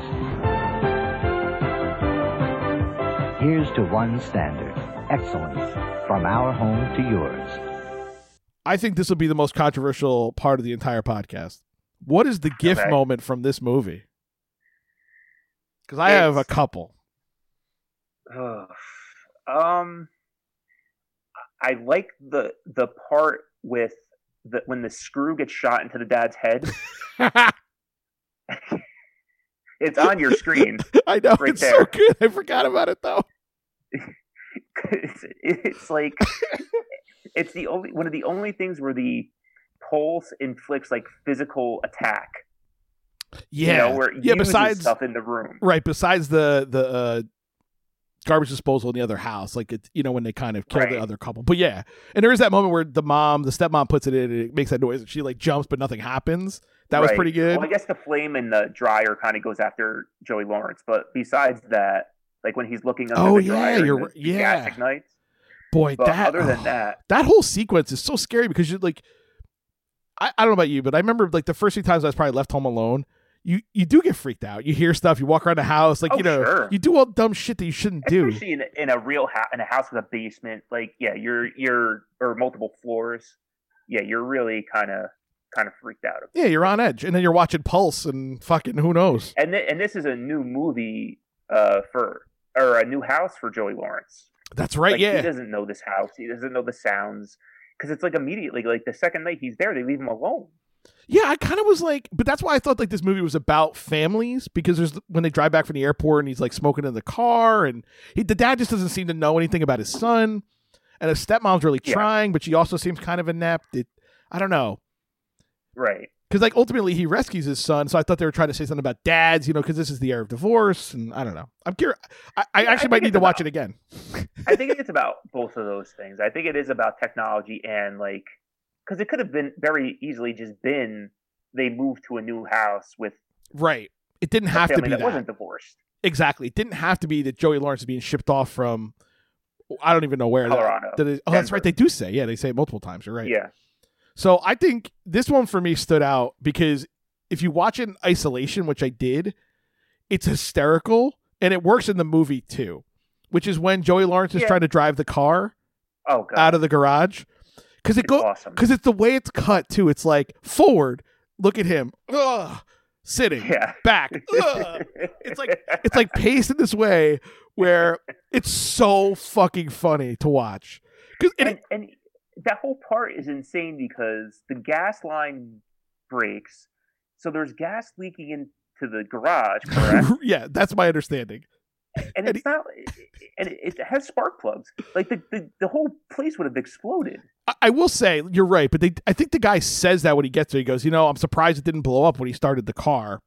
Speaker 6: Here's to one standard excellence from our home to yours.
Speaker 2: I think this will be the most controversial part of the entire podcast. What is the gif
Speaker 4: Okay.
Speaker 2: moment from this movie? Because I have a
Speaker 4: It's-
Speaker 2: couple.
Speaker 4: Ugh. um, I like the the part with the when the screw gets shot into the dad's head.
Speaker 2: I
Speaker 4: It's on your screen.
Speaker 2: know
Speaker 4: Right
Speaker 2: it's so
Speaker 4: there.
Speaker 2: good. I forgot about it though.
Speaker 4: it's, it's like it's the only one of the only things where the pulse inflicts like physical attack.
Speaker 2: Yeah,
Speaker 4: you know, where it
Speaker 2: yeah.
Speaker 4: uses
Speaker 2: Besides,
Speaker 4: stuff in the room.
Speaker 2: right. Besides the the uh, garbage disposal in the other house, like it, you know, when they kind of kill the
Speaker 4: Right.
Speaker 2: other couple. But yeah, and there is that moment where the mom, the stepmom, puts it in and it makes that noise, and she like jumps, but nothing happens. That was
Speaker 4: Right. Oh
Speaker 2: pretty good.
Speaker 4: Well, I guess the flame in the dryer kind of goes after Joey Lawrence, but besides that, like when he's looking under
Speaker 2: Oh,
Speaker 4: the
Speaker 2: yeah,
Speaker 4: dryer, and
Speaker 2: you're
Speaker 4: the-
Speaker 2: right.
Speaker 4: the
Speaker 2: Yeah.
Speaker 4: gas ignites.
Speaker 2: Boy,
Speaker 4: But
Speaker 2: that oh.
Speaker 4: other than that,
Speaker 2: that whole sequence is so scary because you like I, I don't know about you, but I remember like the first few times I was probably left home alone. You you do get freaked out. You hear stuff. You walk around the house, like
Speaker 4: Oh,
Speaker 2: you know,
Speaker 4: sure.
Speaker 2: you do all dumb shit that you shouldn't do.
Speaker 4: especially in, in a real house, in a house with a basement, like yeah, you're you're or multiple floors, yeah, you're really kind of kind of freaked out.
Speaker 2: Yeah, you're on edge, and then you're watching Pulse and fucking who knows.
Speaker 4: And th- and this is a new movie uh, for or a new house for Joey Lawrence.
Speaker 2: That's right.
Speaker 4: Like, he
Speaker 2: yeah,
Speaker 4: doesn't know this house. He doesn't know the sounds because it's like immediately like the second night he's there, they leave him alone.
Speaker 2: yeah. I kind of was like, but that's why I thought like this movie was about families because there's when they drive back from the airport and he's like smoking in the car, and he, the dad just doesn't seem to know anything about his son, and his stepmom's really
Speaker 4: Yeah.
Speaker 2: trying, but she also seems kind of inept. It, I don't know.
Speaker 4: Right.
Speaker 2: because like ultimately he rescues his son. So I thought they were trying to say something about dads, you know, because this is the era of divorce, and I don't know. I'm curious. I, I
Speaker 4: Yeah, I
Speaker 2: actually
Speaker 4: think
Speaker 2: might need
Speaker 4: it's
Speaker 2: to watch it
Speaker 4: about-
Speaker 2: again.
Speaker 4: I think it's about both of those things. I think it is about technology and like because it could have been very easily just been they moved to a new house with
Speaker 2: Right. It didn't
Speaker 4: a
Speaker 2: have to be
Speaker 4: family that,
Speaker 2: that.
Speaker 4: wasn't divorced.
Speaker 2: Exactly. It didn't have to be that Joey Lawrence is being shipped off from. I don't even know where. That-
Speaker 4: Colorado,
Speaker 2: that is- oh, that's
Speaker 4: Denver.
Speaker 2: right. They do say. Yeah, they say it multiple times. You're right.
Speaker 4: Yeah,
Speaker 2: So I think this one for me stood out because if you watch it in isolation, which I did, it's hysterical and it works in the movie too, which is when Joey Lawrence is
Speaker 4: Yeah.
Speaker 2: trying to drive the car
Speaker 4: oh god,
Speaker 2: out of the garage because it
Speaker 4: it's
Speaker 2: go
Speaker 4: awesome.
Speaker 2: because it's the way it's cut too. It's like forward, look at him, ugh, sitting
Speaker 4: Yeah,
Speaker 2: back. Ugh. It's like it's like paced in this way where it's so fucking funny to watch. 'Cause- and
Speaker 4: and,
Speaker 2: it-
Speaker 4: and that whole part is insane because the gas line breaks, so there's gas leaking into the garage, correct?
Speaker 2: yeah, that's my understanding.
Speaker 4: and
Speaker 2: And
Speaker 4: it's not, and it, it has spark plugs. Like the, the the whole place would have exploded.
Speaker 2: I, I will say you're right, but they I think the guy says that when he gets there. He goes, you know, I'm surprised it didn't blow up when he started the car.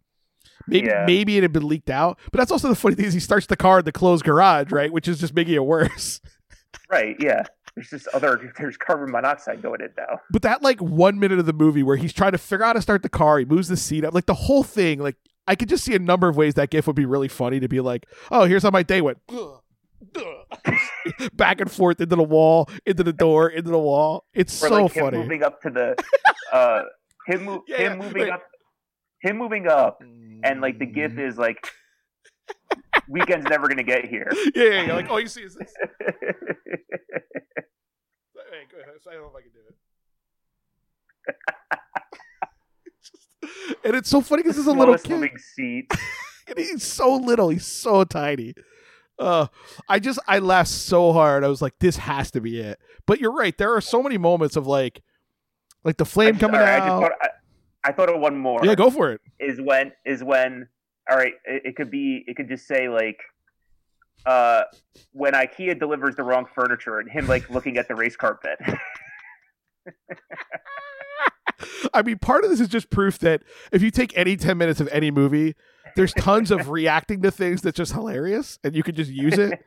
Speaker 2: Maybe
Speaker 4: Yeah.
Speaker 2: maybe it had been leaked out, but that's also the funny thing is he starts the car in the closed garage, right? Which is just making it worse.
Speaker 4: Right, yeah. There's this other. There's carbon monoxide going in now.
Speaker 2: But that like one minute of the movie where he's trying to figure out how to start the car, he moves the seat up, like the whole thing. Like I could just see a number of ways that gif would be really funny to be like, oh, here's how my day went. Back and forth into the wall, into the door, into the wall. It's
Speaker 4: Or
Speaker 2: so
Speaker 4: like him
Speaker 2: funny.
Speaker 4: moving up to the, uh, him, mo-
Speaker 2: Yeah,
Speaker 4: him
Speaker 2: yeah,
Speaker 4: moving
Speaker 2: like-
Speaker 4: up, him moving up, and like the gif is like, weekend's never gonna get here.
Speaker 2: Yeah, yeah, yeah, like all you see is this. Hey, go ahead. I don't know if I can do it. Just- and it's so funny because it's a little
Speaker 4: Lowest
Speaker 2: kid.
Speaker 4: moving seat.
Speaker 2: And he's so little. He's so tiny. Uh, I just I laughed so hard. I was like, this has to be it. But you're right. There are so many moments of like, like the
Speaker 4: I
Speaker 2: flame
Speaker 4: just-
Speaker 2: coming
Speaker 4: all right, I,
Speaker 2: out.
Speaker 4: just thought, I, I thought of one more.
Speaker 2: yeah, go for it.
Speaker 4: is when is when all right it, it could be it could just say like uh when ikea delivers the wrong furniture and him like looking at the race carpet
Speaker 2: I mean, part of this is just proof that if you take any 10 minutes of any movie, there's tons of reacting to things that's just hilarious and you can just use it.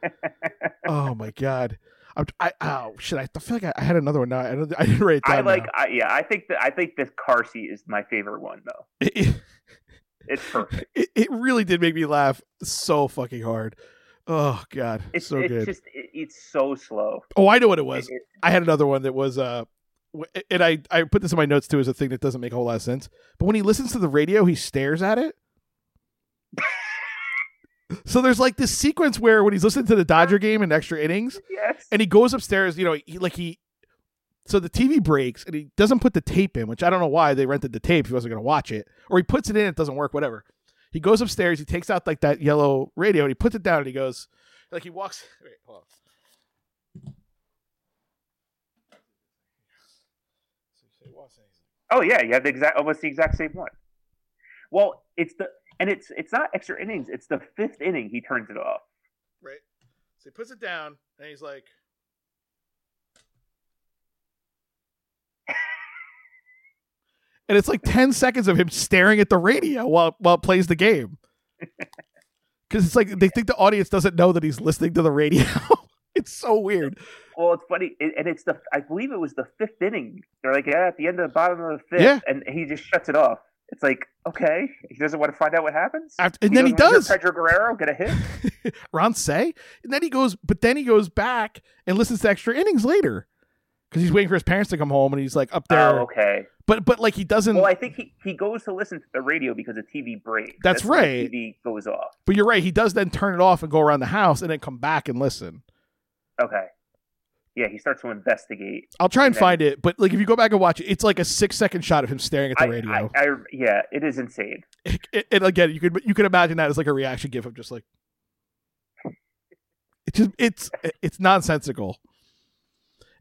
Speaker 2: Oh my God. I'm, I, oh, shit. I feel like I, I had another one now. I, don't, I didn't write it down.
Speaker 4: i like
Speaker 2: now.
Speaker 4: I, yeah i think that i think this car seat is my favorite one though
Speaker 2: It,
Speaker 4: it's perfect
Speaker 2: it, it really did make me laugh so fucking hard. Oh God.
Speaker 4: it's
Speaker 2: so
Speaker 4: it's
Speaker 2: good.
Speaker 4: just it, it's so slow
Speaker 2: oh, I know what it was.
Speaker 4: It- it-
Speaker 2: I had another one that was uh w- and I, I put this in my notes too as a thing that doesn't make a whole lot of sense. But when he listens to the radio, he stares at it. so there's like this sequence where when he's listening to the Dodger game in extra innings,
Speaker 4: yes
Speaker 2: and he goes upstairs, you know, he like he so the TV breaks and he doesn't put the tape in, which I don't know why they rented the tape. He wasn't going to watch it, or he puts it in, it doesn't work, whatever. He goes upstairs, he takes out like that yellow radio, and he puts it down, and he goes, like he walks. Wait, hold on. So he walks in, he's
Speaker 4: oh yeah you have the exact almost the exact same one well it's the and it's it's not extra innings it's the fifth inning he turns it off
Speaker 2: right? So he puts it down and he's like, and it's like ten seconds of him staring at the radio while while it plays the game, because it's like they think the audience doesn't know that he's listening to the radio. it's so weird.
Speaker 4: Well, it's funny, it, and it's the I believe it was the fifth inning. They're like, yeah, at the end of the bottom of the fifth,
Speaker 2: Yeah.
Speaker 4: and he just shuts it off. It's like, okay, he doesn't want to find out what happens,
Speaker 2: After, and then he
Speaker 4: doesn't want
Speaker 2: does
Speaker 4: to hear Pedro Guerrero get a hit?
Speaker 2: Ron say, and then he goes, but then he goes back and listens to extra innings later. Because he's waiting for his parents to come home, and he's like up there,
Speaker 4: oh, okay.
Speaker 2: but but like he doesn't.
Speaker 4: Well, I think he, he goes to listen to the radio because the TV breaks.
Speaker 2: That's
Speaker 4: when the
Speaker 2: right.
Speaker 4: TV goes off.
Speaker 2: But you're right. He does then turn it off and go around the house and then come back and listen.
Speaker 4: Okay. Yeah, he starts to investigate.
Speaker 2: I'll try and
Speaker 4: Okay.
Speaker 2: find it. But like, if you go back and watch it, it's like a six second shot of him staring at the
Speaker 4: I-
Speaker 2: radio.
Speaker 4: I, I, yeah, it is insane.
Speaker 2: and, and again, you could you could imagine that as like a reaction gif of just like it just it's it's nonsensical.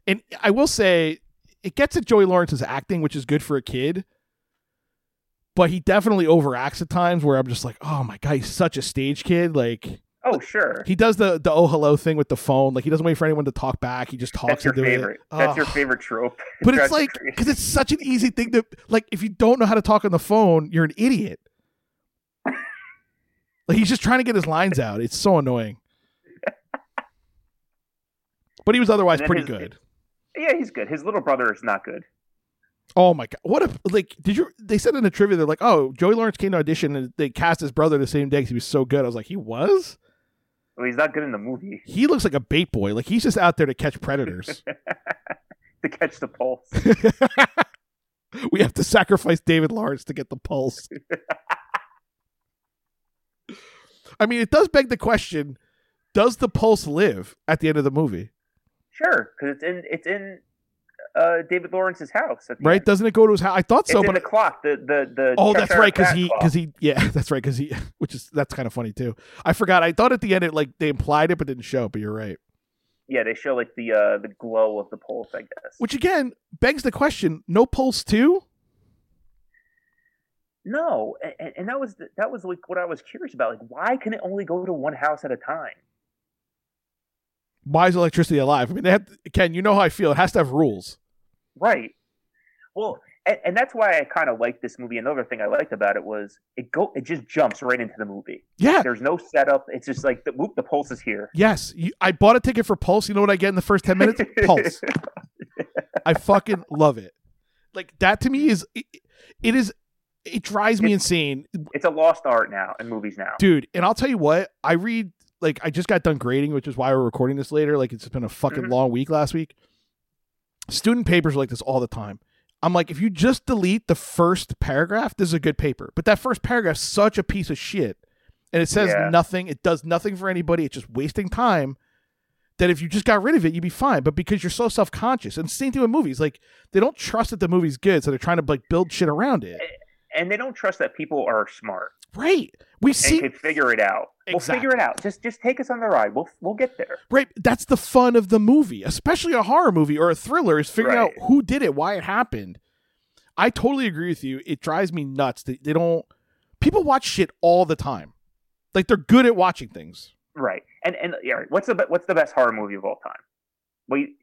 Speaker 2: And I will say it gets at Joey Lawrence's acting, which is good for a kid, but he definitely overacts at times where I'm just like, oh my god, he's such a stage kid. Like
Speaker 4: Oh, sure.
Speaker 2: he does the the oh hello thing with the phone. Like he doesn't wait for anyone to talk back. He just talks
Speaker 4: That's your
Speaker 2: into it. Ah,
Speaker 4: favorite. That's your
Speaker 2: Ugh.
Speaker 4: favorite trope.
Speaker 2: But it's
Speaker 4: Drives me
Speaker 2: like
Speaker 4: crazy.
Speaker 2: because it's such an easy thing to like. If you don't know how to talk on the phone, you're an idiot. Like he's just trying to get his lines out. It's so annoying. But he was otherwise
Speaker 4: And then
Speaker 2: pretty
Speaker 4: his-
Speaker 2: good.
Speaker 4: yeah, he's good. His little brother is not good.
Speaker 2: Oh my god! What if like did you? They said in the trivia they're like, oh, Joey Lawrence came to audition and they cast his brother the same day because he was so good. I was like, he was.
Speaker 4: Well, he's not good in the movie
Speaker 2: He looks like a bait boy. Like he's just out there to catch predators.
Speaker 4: to catch the pulse.
Speaker 2: we have to sacrifice David Lawrence to get the pulse. I mean, it does beg the question: Does the pulse live at the end of the movie?
Speaker 4: Sure, because it's in it's in uh, David Lawrence's house. At the
Speaker 2: Right?
Speaker 4: end.
Speaker 2: Doesn't it go to his house? I thought
Speaker 4: It's
Speaker 2: so,
Speaker 4: in
Speaker 2: but
Speaker 4: the clock. The the the.
Speaker 2: oh, that's
Speaker 4: Cheshire
Speaker 2: right, because
Speaker 4: Cat
Speaker 2: he
Speaker 4: clock.
Speaker 2: because he yeah, that's right, because he which is that's kind of funny too. I forgot. I thought at the end it like they implied it, but didn't show. it, But you're right.
Speaker 4: yeah, they show like the uh the glow of the pulse. I guess.
Speaker 2: Which again begs the question: No pulse too?
Speaker 4: no, and, and that was the, that was like what I was curious about. Like, why can it only go to one house at a time?
Speaker 2: Why is electricity alive? I mean, they have, Ken, you know how I feel. It has to have rules.
Speaker 4: Right. Well, and, and that's why I kind of liked this movie. Another thing I liked about it was it go it just jumps right into the movie.
Speaker 2: Yeah.
Speaker 4: There's no setup. It's just like the whoop, the pulse is here.
Speaker 2: Yes. You, I bought a ticket for Pulse. You know what I get in the first 10 minutes? Pulse. I fucking love it. Like, that to me is, it, it is, it drives me
Speaker 4: It-
Speaker 2: insane.
Speaker 4: It's a lost art now in movies now.
Speaker 2: Dude, and I'll tell you what, I read, like, I just got done grading, which is why we're recording this later. Like, it's been a fucking
Speaker 4: Mhm.
Speaker 2: long week last week. Student papers are like this all the time. I'm like, if you just delete the first paragraph, this is a good paper. But that first paragraph's such a piece of shit. And it says
Speaker 4: Yeah.
Speaker 2: nothing. It does nothing for anybody. It's just wasting time. That if you just got rid of it, you'd be fine. But because you're so self conscious, and same thing with movies, like they don't trust that the movie's good, so they're trying to like build shit around it.
Speaker 4: And they don't trust that people are smart
Speaker 2: Right? We
Speaker 4: and
Speaker 2: see
Speaker 4: can figure it out. We'll figure it out. Just just take us on the ride. We'll we'll get there.
Speaker 2: Right. That's the fun of the movie, especially a horror movie or a thriller, is figuring
Speaker 4: Right.
Speaker 2: out who did it, why it happened. I totally agree with you. It drives me nuts. They, they don't. People watch shit all the time. Like they're good at watching things.
Speaker 4: Right. And and yeah, all right, what's the be- what's the best horror movie of all time? Well, you-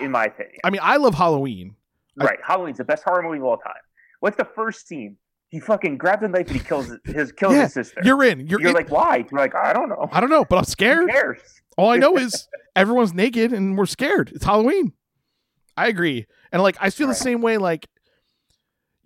Speaker 4: in my opinion,
Speaker 2: I mean, I love Halloween. I-
Speaker 4: right. Halloween's the best horror movie of all time. What's the first scene? He fucking grabs a knife and he kills his- his kills
Speaker 2: Yeah,
Speaker 4: his sister.
Speaker 2: You're in. You're,
Speaker 4: You're
Speaker 2: in.
Speaker 4: like, why? You're like, I don't know.
Speaker 2: I don't know, but I'm
Speaker 4: Who
Speaker 2: scared.
Speaker 4: cares?
Speaker 2: All I know is everyone's naked and we're scared. It's Halloween. I agree. And like I feel
Speaker 4: Right.
Speaker 2: the same way like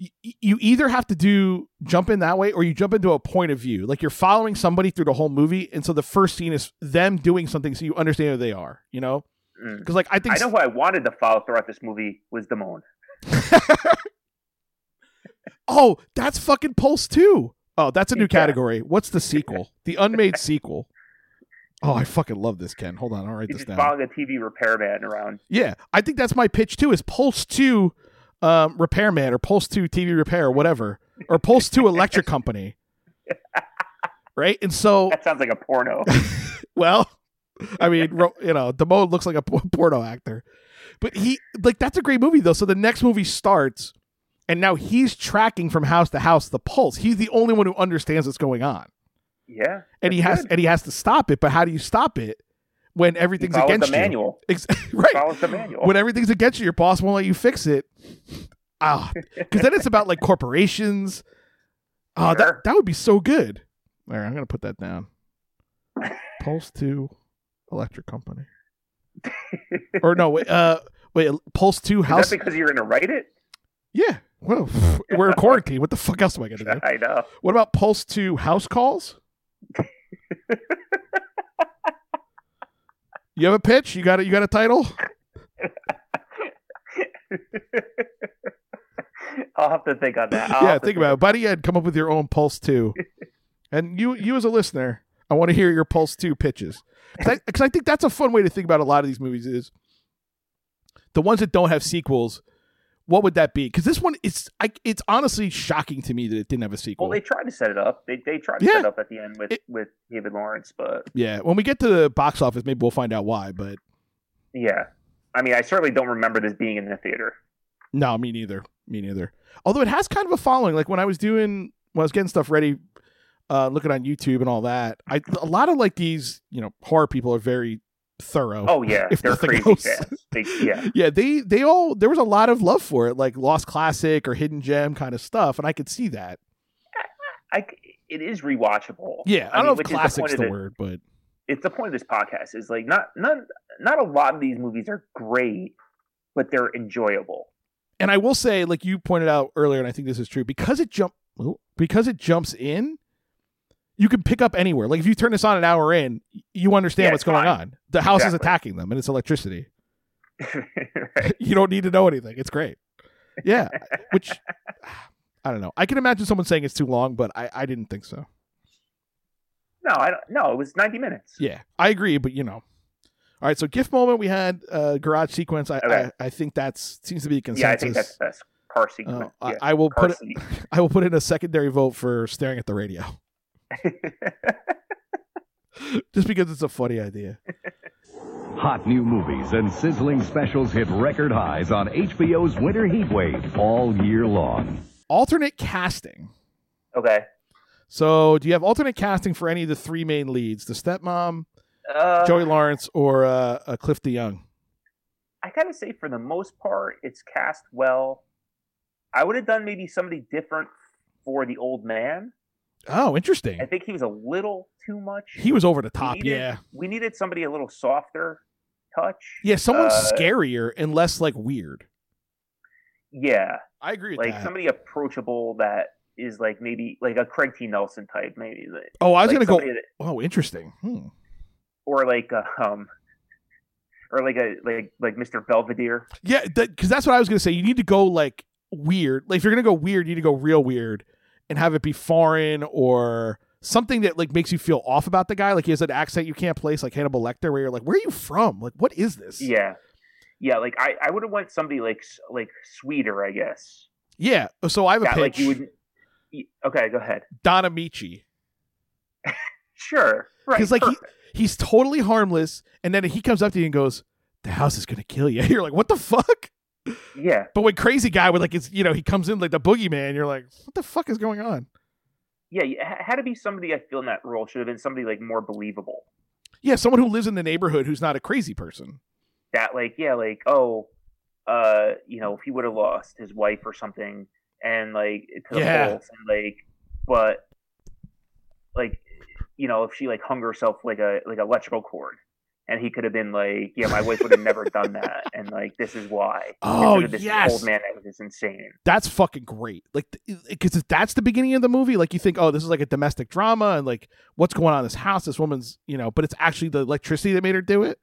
Speaker 2: y- y- you either have to do jump in that way or you jump into a point of view. Like you're following somebody through the whole movie and so the first scene is them doing something so you understand who they are, you know?
Speaker 4: Mm.
Speaker 2: Cuz like I think
Speaker 4: I know who I wanted to follow throughout this movie was Damone.
Speaker 2: Oh, that's fucking Pulse too. Oh, that's a new
Speaker 4: Yeah.
Speaker 2: category. What's the sequel? the unmade sequel. Oh, I fucking love this, Ken. Hold on, I'll write
Speaker 4: He's
Speaker 2: this
Speaker 4: just
Speaker 2: down.
Speaker 4: following a TV repairman around.
Speaker 2: Yeah, I think that's my pitch too. Is Pulse Two um, Repairman or Pulse Two TV Repair or whatever or Pulse Two Electric Company, right? And so,
Speaker 4: That sounds like a porno.
Speaker 2: well, I mean, ro- you know, Damone looks like a por- porno actor, but he like that's a great movie though. So the next movie starts, and now he's tracking from house to house the pulse. He's the only one who understands what's going on,
Speaker 4: yeah.
Speaker 2: and he
Speaker 4: that's
Speaker 2: has
Speaker 4: good.
Speaker 2: and he has to stop it. But how do you stop it when
Speaker 4: He
Speaker 2: everything's
Speaker 4: follows the
Speaker 2: against you?
Speaker 4: manual.
Speaker 2: Ex- right.
Speaker 4: Follows the manual.
Speaker 2: when everything's against you, your boss won't let you fix it. Ah, because then it's about like corporations. Ah,
Speaker 4: Sure.
Speaker 2: that that would be so good. All right, I'm gonna put that down. Pulse Two Electric Company, or no, wait, uh, wait, Pulse Two
Speaker 4: Is
Speaker 2: House.
Speaker 4: that because you're going to write it?
Speaker 2: yeah, well, we're in quarantine. What the fuck else am I gonna do?
Speaker 4: I know.
Speaker 2: What about Pulse Two House Calls? You have a pitch? You got it? You got a title?
Speaker 4: I'll have to think on that. I'll
Speaker 2: yeah,
Speaker 4: have to
Speaker 2: think about it. By the end, come up with your own pulse two. and you, you as a listener, I want to hear your pulse two pitches because I, think that's a fun way to think about a lot of these movies. Is the ones that don't have sequels, what would that be? Because this one, it's I, it's honestly shocking to me that it didn't have a sequel.
Speaker 4: Well, they tried to set it up. They they tried to
Speaker 2: Yeah.
Speaker 4: set it up at the end with
Speaker 2: It-
Speaker 4: with David Lawrence, but
Speaker 2: yeah, when we get to the box office, maybe we'll find out why. But
Speaker 4: yeah. I mean, I certainly don't remember this being in the theater.
Speaker 2: No, me neither. Me neither. Although it has kind of a following. Like when I was doing, when I was getting stuff ready, uh, looking on YouTube and all that, I a lot of like these, you know, horror people are very thorough.
Speaker 4: Oh yeah,
Speaker 2: If
Speaker 4: they're
Speaker 2: nothing
Speaker 4: crazy
Speaker 2: else.
Speaker 4: fans. They, yeah,
Speaker 2: yeah. They they all there was a lot of love for it, like lost classic or hidden gem kind of stuff, and I could see that.
Speaker 4: I c- it is rewatchable.
Speaker 2: Yeah, I, don't
Speaker 4: mean,
Speaker 2: know if
Speaker 4: which is
Speaker 2: classic's
Speaker 4: point of
Speaker 2: the
Speaker 4: it.
Speaker 2: word, but
Speaker 4: It's the point of this podcast. Is like not not not a lot of these movies are great, but they're enjoyable.
Speaker 2: and I will say, like you pointed out earlier, and I think this is true, because it jump oh, because it jumps in, you can pick up anywhere. Like if you turn this on an hour in, y- you understand
Speaker 4: Yeah,
Speaker 2: what's
Speaker 4: it's
Speaker 2: going
Speaker 4: fine.
Speaker 2: on. The house is
Speaker 4: Exactly.
Speaker 2: attacking them, and it's electricity.
Speaker 4: right.
Speaker 2: you don't need to know anything. It's great. Yeah, which I don't know. I can imagine someone saying it's too long, but I, I didn't think so.
Speaker 4: No, I don't. No, it was ninety minutes.
Speaker 2: Yeah, I agree, but you know. All right, so gift moment we had uh, garage sequence. I,
Speaker 4: Okay.
Speaker 2: I I think that's seems to be the consensus.
Speaker 4: Yeah, I think that's the best car sequence.
Speaker 2: Uh, I,
Speaker 4: yeah,
Speaker 2: I will
Speaker 4: car
Speaker 2: put it,
Speaker 4: seat.
Speaker 2: I will put in a secondary vote for staring at the radio. just because it's a funny idea.
Speaker 5: Hot new movies and sizzling specials hit record highs on HBO's winter heat wave all year long.
Speaker 2: Alternate casting.
Speaker 4: okay.
Speaker 2: So, do you have alternate casting for any of the three main leads, the stepmom,
Speaker 4: Uh,
Speaker 2: Joey Lawrence, or uh, uh, Cliff DeYoung?
Speaker 4: I gotta say, for the most part, it's cast well. I would have done maybe somebody different for the old man.
Speaker 2: Oh, interesting.
Speaker 4: I think he was a little too much.
Speaker 2: He was over the
Speaker 4: We
Speaker 2: top.
Speaker 4: needed-
Speaker 2: Yeah.
Speaker 4: we needed somebody a little softer touch.
Speaker 2: Yeah, someone
Speaker 4: Uh,
Speaker 2: scarier and less like weird.
Speaker 4: Yeah,
Speaker 2: I agree with
Speaker 4: like
Speaker 2: that.
Speaker 4: somebody approachable that is like maybe like a Craig T. Nelson type, maybe. like-
Speaker 2: oh, I was
Speaker 4: like
Speaker 2: gonna go.
Speaker 4: somebody that-
Speaker 2: Oh, interesting. Hmm.
Speaker 4: or like a, um, or like a like like Mr. Belvedere.
Speaker 2: Yeah, because that's what I was gonna say. You need to go like weird. Like if you're gonna go weird, you need to go real weird and have it be foreign or something that like makes you feel off about the guy. Like he has an accent you can't place, like Hannibal Lecter, where you're like, "Where are you from? Like, what is this?"
Speaker 4: Yeah, yeah. Like I I would have went somebody like s- like sweeter, I guess.
Speaker 2: yeah. So I have a
Speaker 4: That like
Speaker 2: pitch.
Speaker 4: you would. y- Okay, go ahead.
Speaker 2: Don Amici.
Speaker 4: Sure. Right.
Speaker 2: 'Cause, like, he-
Speaker 4: perfect.
Speaker 2: He's totally harmless, and then he comes up to you and goes, "The house is gonna kill you." You're like, "What the fuck?"
Speaker 4: yeah.
Speaker 2: But when crazy guy with like it's you know he comes in like the boogeyman, you're like, what the fuck is going on?
Speaker 4: Yeah, it ha- had to be somebody I feel in that role should have been somebody like more believable.
Speaker 2: Yeah, someone who lives in the neighborhood who's not a crazy person.
Speaker 4: That like, yeah, like oh, uh, you know, if he would have lost his wife or something, and like to the
Speaker 2: Yeah.
Speaker 4: pulse, and like, but like, you know, if she like hung herself like a like electrical cord, and he could have been like, yeah, my wife would have never done that, and like this is why.
Speaker 2: Oh,
Speaker 4: Instead of this
Speaker 2: yes.
Speaker 4: old man that was just insane.
Speaker 2: That's fucking great. Like because if that's the beginning of the movie, like you think, oh, this is like a domestic drama and like what's going on in this house? This woman's you know, but it's actually the electricity that made her do it,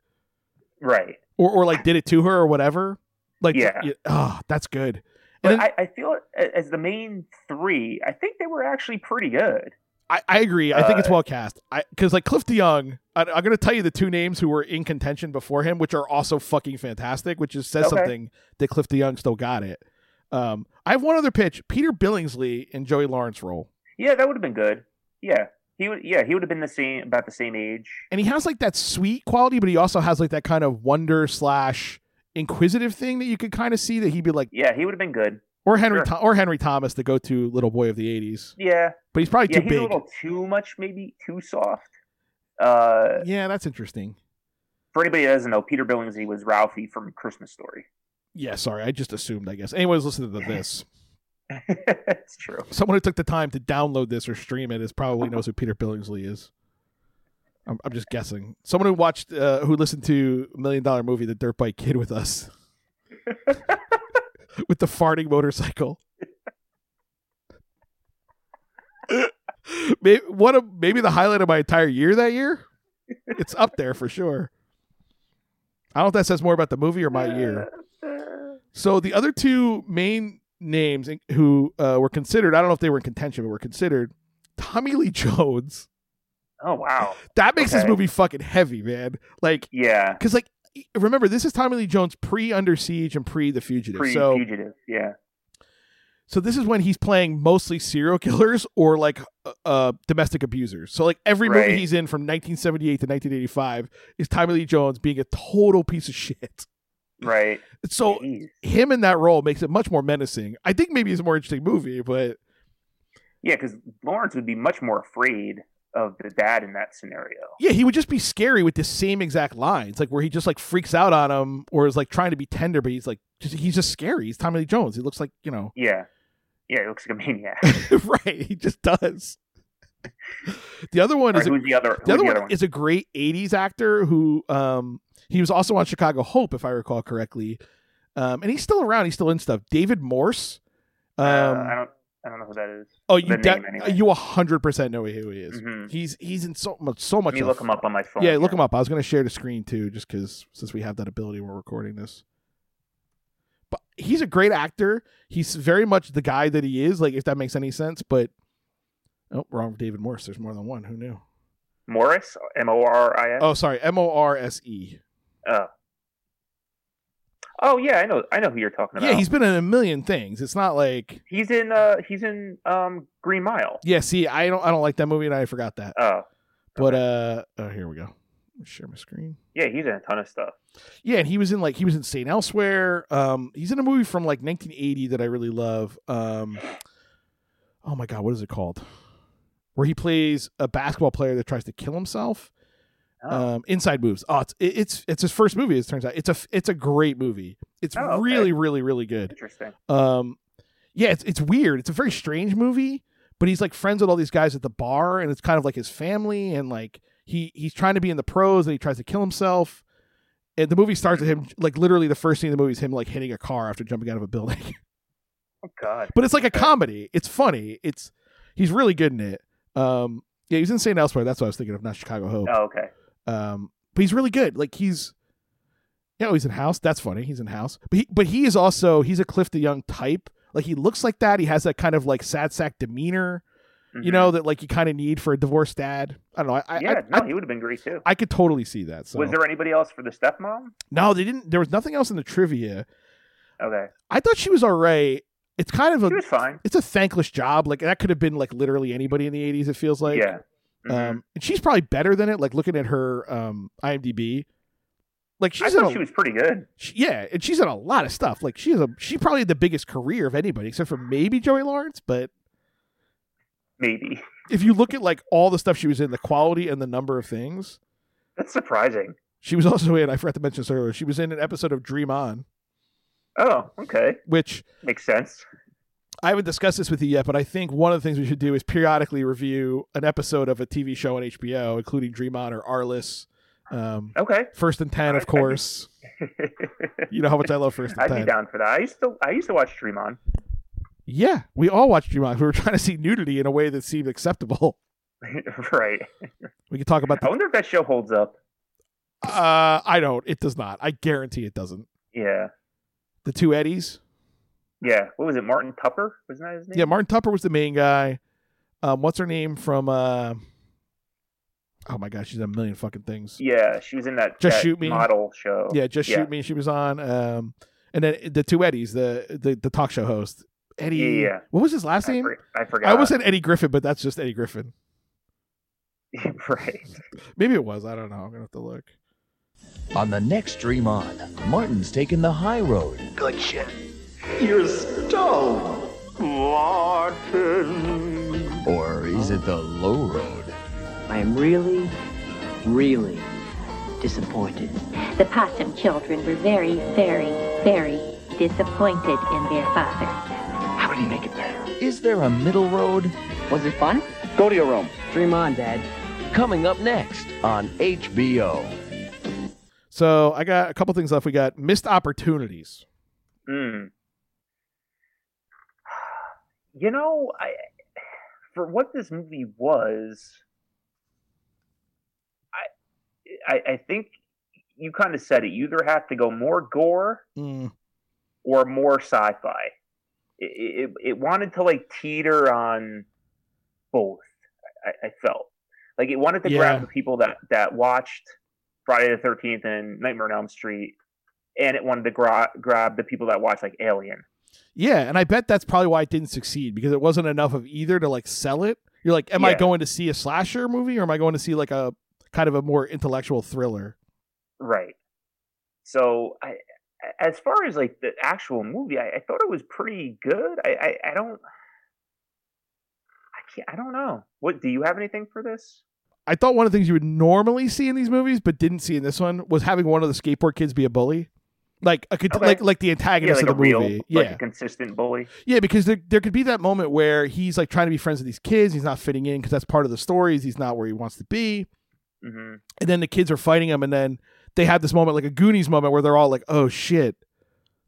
Speaker 4: Right.
Speaker 2: or or like did it to her or whatever. Like
Speaker 4: Yeah.
Speaker 2: oh, that's good.
Speaker 4: But
Speaker 2: And then-
Speaker 4: I, I feel a- as the main three, I think they were actually pretty good.
Speaker 2: I, I agree. I
Speaker 4: Uh,
Speaker 2: think it's well cast. I because like Cliff DeYoung, I, I'm going to tell you the two names who were in contention before him, which are also fucking fantastic. Which is says
Speaker 4: Okay.
Speaker 2: something that Cliff DeYoung still got it. Um, I have one other pitch: Peter Billingsley and Joey Lawrence role,
Speaker 4: Yeah, that would have been good. Yeah, he would. Yeah, he would have been the same, about the same age.
Speaker 2: and he has like that sweet quality, but he also has like that kind of wonder slash inquisitive thing that you could kind of see that he'd be like,
Speaker 4: Yeah, he would have been good.
Speaker 2: or Henry
Speaker 4: Sure.
Speaker 2: Tho- or Henry Thomas, the go-to little boy of the '80s,
Speaker 4: Yeah,
Speaker 2: but he's probably
Speaker 4: yeah,
Speaker 2: too
Speaker 4: he's
Speaker 2: big.
Speaker 4: a little too much, maybe too soft. Uh,
Speaker 2: Yeah, that's interesting.
Speaker 4: for anybody that doesn't know, Peter Billingsley was Ralphie from Christmas Story.
Speaker 2: Yeah, sorry, I just assumed. I guess anyone who's listening to this.
Speaker 4: it's true.
Speaker 2: someone who took the time to download this or stream it is probably knows who Peter Billingsley is. I'm, I'm just guessing. Someone who watched, uh, who listened to Million Dollar Movie, The Dirt Bike Kid, with us, with the farting motorcycle. maybe one of maybe the highlight of my entire year that year. It's up there for sure. I don't know if that says more about the movie or my year. So the other two main names in- who uh, were considered, I don't know if they were in contention, but were considered Tommy Lee Jones.
Speaker 4: Oh wow.
Speaker 2: That makes this
Speaker 4: Okay.
Speaker 2: movie fucking heavy, man. Like,
Speaker 4: Yeah,
Speaker 2: because like, e, remember this is Tommy Lee Jones pre Under Siege and pre The Fugitive.
Speaker 4: pretty
Speaker 2: so,
Speaker 4: fugitive. Yeah,
Speaker 2: so this is when he's playing mostly serial killers or like uh, uh, domestic abusers. So like every
Speaker 4: Right.
Speaker 2: movie he's in from 1978 to 1985 is Tommy Lee Jones being a total piece of shit.
Speaker 4: right.
Speaker 2: So
Speaker 4: Jeez.
Speaker 2: him in that role makes it much more menacing. I think maybe it's a more interesting movie, but
Speaker 4: Yeah, because Lawrence would be much more afraid of the dad in that scenario.
Speaker 2: Yeah, he would just be scary with the same exact lines, like where he just like freaks out on him or is like trying to be tender, but he's like just, he's just scary. He's Tommy Lee Jones. He looks like you know,
Speaker 4: Yeah, yeah, he looks like a maniac.
Speaker 2: right? He just does. the other one
Speaker 4: Or
Speaker 2: is a,
Speaker 4: who's the other?
Speaker 2: the
Speaker 4: who's
Speaker 2: other
Speaker 4: the
Speaker 2: one, is a great '80s actor who um he was also on Chicago Hope, if I recall correctly, um and he's still around. He's still in stuff. David Morse. Um,
Speaker 4: Uh, I don't. I don't know who that is.
Speaker 2: oh, you
Speaker 4: the
Speaker 2: de-
Speaker 4: name anyway.
Speaker 2: you hundred percent know who he is.
Speaker 4: Mhm.
Speaker 2: He's he's in so much so much.
Speaker 4: Let me
Speaker 2: of-
Speaker 4: look him up on my phone.
Speaker 2: Yeah, look him up. I was going to share the screen too, just because since we have that ability, we're recording this. But he's a great actor. He's very much the guy that he is. Like, if that makes any sense. But oh, wrong David Morse. There's more than one. Who knew?
Speaker 4: Morris, M O R I S.
Speaker 2: Oh, sorry, M O R S E.
Speaker 4: Oh yeah, I know. I know who you're talking about.
Speaker 2: Yeah, he's been in a million things. It's not like
Speaker 4: he's in uh he's in um Green Mile.
Speaker 2: yeah. See, I don't I don't like that movie, and I forgot that.
Speaker 4: Oh
Speaker 2: But uh, oh, here we go. Let me Share my screen.
Speaker 4: yeah, he's in a ton of stuff.
Speaker 2: Yeah, and he was in like he was in Saint Elsewhere. Um, he's in a movie from like 1980 that I really love. Um, oh my god, what is it called? Where he plays a basketball player that tries to kill himself.
Speaker 4: Oh.
Speaker 2: Um, Inside Moves. Oh, it's it- it's it's his first movie. As it turns out, it's a it's a great movie. It's
Speaker 4: Oh, okay.
Speaker 2: really really really good.
Speaker 4: Interesting.
Speaker 2: Um, yeah, it's it's weird. It's a very strange movie, but he's like friends with all these guys at the bar, and it's kind of like his family, and like he he's trying to be in the pros, and he tries to kill himself. And the movie starts with him like literally the first scene of the movie is him like hitting a car after jumping out of a building.
Speaker 4: Oh God.
Speaker 2: but it's like a comedy. It's funny. It's he's really good in it. Um, yeah, he's in St. Elsewhere. That's what I was thinking of, not Chicago Hope.
Speaker 4: Oh, okay.
Speaker 2: Um, but he's really good. Like he's, yeah, oh, he's in House. That's funny. He's in House. But he, but he is also he's a Clifton Young type. Like he looks like that. He has that kind of like sad sack demeanor, you
Speaker 4: Mhm.
Speaker 2: know, that like you kind of need for a divorced dad. I don't know. I I,
Speaker 4: yeah,
Speaker 2: I,
Speaker 4: no, he would have been great too.
Speaker 2: I could totally see that. So
Speaker 4: Was there anybody else for the stepmom?
Speaker 2: no, they didn't. There was nothing else in the trivia.
Speaker 4: Okay,
Speaker 2: I thought she was alright. It's kind of a
Speaker 4: he was fine.
Speaker 2: it's a thankless job. Like that could have been like literally anybody in the '80s. It feels like
Speaker 4: yeah. Mhm.
Speaker 2: Um, and she's probably better than it. Like looking at her um, IMDb, like
Speaker 4: I
Speaker 2: she's in
Speaker 4: thought
Speaker 2: a,
Speaker 4: she was pretty good.
Speaker 2: she- yeah, and she's in a lot of stuff. Like she has a she probably had the biggest career of anybody, except for maybe Joey Lawrence. But
Speaker 4: Maybe
Speaker 2: if you look at like all the stuff she was in, the quality and the number of things
Speaker 4: that's surprising.
Speaker 2: she was also in. I forgot to mention this earlier. She was in an episode of Dream On,
Speaker 4: Oh, okay,
Speaker 2: which
Speaker 4: makes sense.
Speaker 2: I haven't discussed this with you yet, but I think one of the things we should do is periodically review an episode of a TV show on HBO, including Dream On or Arliss. Um,
Speaker 4: Okay,
Speaker 2: First and Ten,
Speaker 4: I-
Speaker 2: of
Speaker 4: I-
Speaker 2: course. You know how much I love First and
Speaker 4: I'd be
Speaker 2: Ten.
Speaker 4: down for that. I used to I used to watch Dream On.
Speaker 2: Yeah, we all watched Dream On. We were trying to see nudity in a way that seemed acceptable.
Speaker 4: right.
Speaker 2: We could talk about
Speaker 4: I
Speaker 2: that.
Speaker 4: wonder if that show holds up.
Speaker 2: Uh, I don't. It does not. I guarantee it doesn't.
Speaker 4: Yeah.
Speaker 2: The two Eddies.
Speaker 4: Yeah. What was it? Martin Tupper? Wasn't that his name?
Speaker 2: Yeah, Martin Tupper was the main guy. Um, what's her name from? Uh, oh my gosh, she's in a million fucking things.
Speaker 4: Yeah, she was in that
Speaker 2: Just
Speaker 4: that
Speaker 2: Shoot Me.
Speaker 4: model show.
Speaker 2: Yeah, just shoot me. She was on. Um, and then the two Eddies, the the, the talk show host Eddie.
Speaker 4: Yeah, yeah.
Speaker 2: What was his last
Speaker 4: I,
Speaker 2: name?
Speaker 4: for, I forgot.
Speaker 2: I almost said Eddie Griffin, but that's just Eddie Griffin.
Speaker 4: right.
Speaker 2: Maybe it was. I don't know. I'm gonna have to look.
Speaker 6: On the next Dream On, Martin's taking the high road. Good shit. You're stoned, Martin. Or is it the low road?
Speaker 7: I am really, really disappointed.
Speaker 8: The possum children were very, very, very disappointed in their father.
Speaker 6: How do you make it better? Is there a middle road?
Speaker 7: Was it fun?
Speaker 6: Go to your room.
Speaker 7: Dream on, Dad.
Speaker 6: Coming up next on HBO.
Speaker 2: So I got a couple things left. We got missed opportunities.
Speaker 4: Mm. You know, I for what this movie was, I I, I think you kind of said it. You either have to go more gore or more sci-fi. It, it, it wanted to like teeter on both. I, I felt like it wanted to
Speaker 2: Yeah.
Speaker 4: grab the people that that watched Friday the Thirteenth and Nightmare on Elm Street, and it wanted to gra- grab the people that watch like Alien.
Speaker 2: Yeah, and I bet that's probably why it didn't succeed because it wasn't enough of either to like sell it. You're like, am I
Speaker 4: Yeah.
Speaker 2: going to see a slasher movie or am I going to see like a kind of a more intellectual thriller?
Speaker 4: Right. So I, as far as like the actual movie, I, I thought it was pretty good. I, I, I don't. I can't. I don't know. What do you have anything for this?
Speaker 2: I thought one of the things you would normally see in these movies but didn't see in this one was having one of the skateboard kids be a bully. Like a cont-
Speaker 4: Okay.
Speaker 2: like like the antagonist
Speaker 4: like
Speaker 2: of
Speaker 4: a
Speaker 2: the
Speaker 4: real,
Speaker 2: movie.
Speaker 4: like
Speaker 2: yeah.
Speaker 4: a consistent bully.
Speaker 2: Yeah, because there, there could be that moment where he's like trying to be friends with these kids, he's not fitting in because that's part of the story, is he's not where he wants to be.
Speaker 4: hmm
Speaker 2: and then the kids are fighting him and then they have this moment like a goonies moment where they're all like oh shit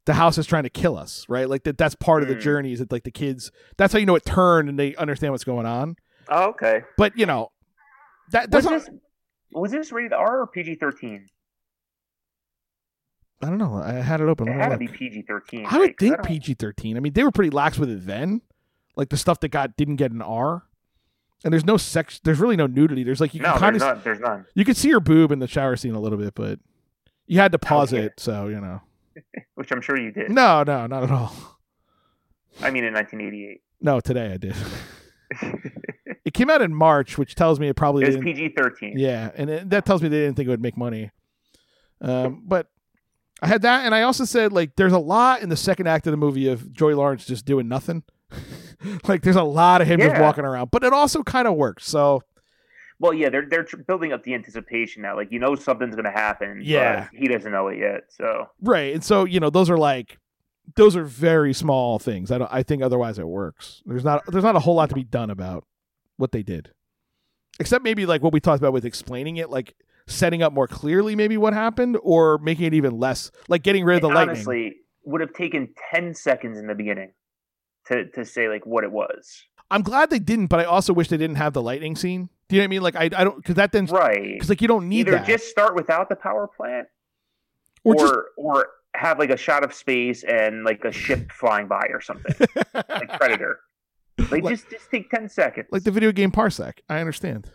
Speaker 2: the house is trying to kill us right like that that's part of the
Speaker 4: Mm.
Speaker 2: journey is that like the kids that's how you know it turned and they understand what's going on
Speaker 4: Oh, okay.
Speaker 2: but you know that that's
Speaker 4: Was
Speaker 2: not,
Speaker 4: this was this rated R or PG thirteen?
Speaker 2: i don't know i had it open
Speaker 4: It
Speaker 2: Let me
Speaker 4: had to
Speaker 2: look.
Speaker 4: be PG thirteen.
Speaker 2: i would think pg-13 i mean they were pretty lax with it then like the stuff that got didn't get an r and there's no sex there's really no nudity there's like you
Speaker 4: No,
Speaker 2: can kind
Speaker 4: there's
Speaker 2: of
Speaker 4: none. There's none.
Speaker 2: you could see her boob in the shower scene a little bit but you had to pause
Speaker 4: Okay.
Speaker 2: it so you know
Speaker 4: Which I'm sure you did.
Speaker 2: no no not at all
Speaker 4: I mean, in 1988,
Speaker 2: No, today I did. it came out in March, which tells me it probably
Speaker 4: it was
Speaker 2: didn't.
Speaker 4: PG thirteen.
Speaker 2: Yeah, and it, that tells me they didn't think it would make money. Um, but I had that, and I also said like, there's a lot in the second act of the movie of Joy Lawrence just doing nothing. like, there's a lot of him just
Speaker 4: Yeah.
Speaker 2: walking around, but it also kind of works. So
Speaker 4: Well, yeah, they're they're tr- building up the anticipation that like you know something's gonna happen.
Speaker 2: Yeah.
Speaker 4: but he doesn't know it yet. So
Speaker 2: right, and so you know, those are like those are very small things. I don't, I think otherwise it works. There's not there's not a whole lot to be done about what they did, except maybe like what we talked about with explaining it, like setting up more clearly maybe what happened, or making it even less like getting rid of the
Speaker 4: It
Speaker 2: lightning.
Speaker 4: honestly would have taken 10 seconds in the beginning to, to say like what it was
Speaker 2: I'm glad they didn't, but I also wish they didn't have the lightning scene. Do you know what I mean? Like I I don't because that then
Speaker 4: right
Speaker 2: because like you don't need
Speaker 4: either
Speaker 2: that
Speaker 4: just start without the power plant
Speaker 2: or
Speaker 4: or
Speaker 2: just
Speaker 4: or have like a shot of space and like a ship flying by or something like predator like,
Speaker 2: Like-
Speaker 4: just just take 10 seconds
Speaker 2: like the video game parsec i understand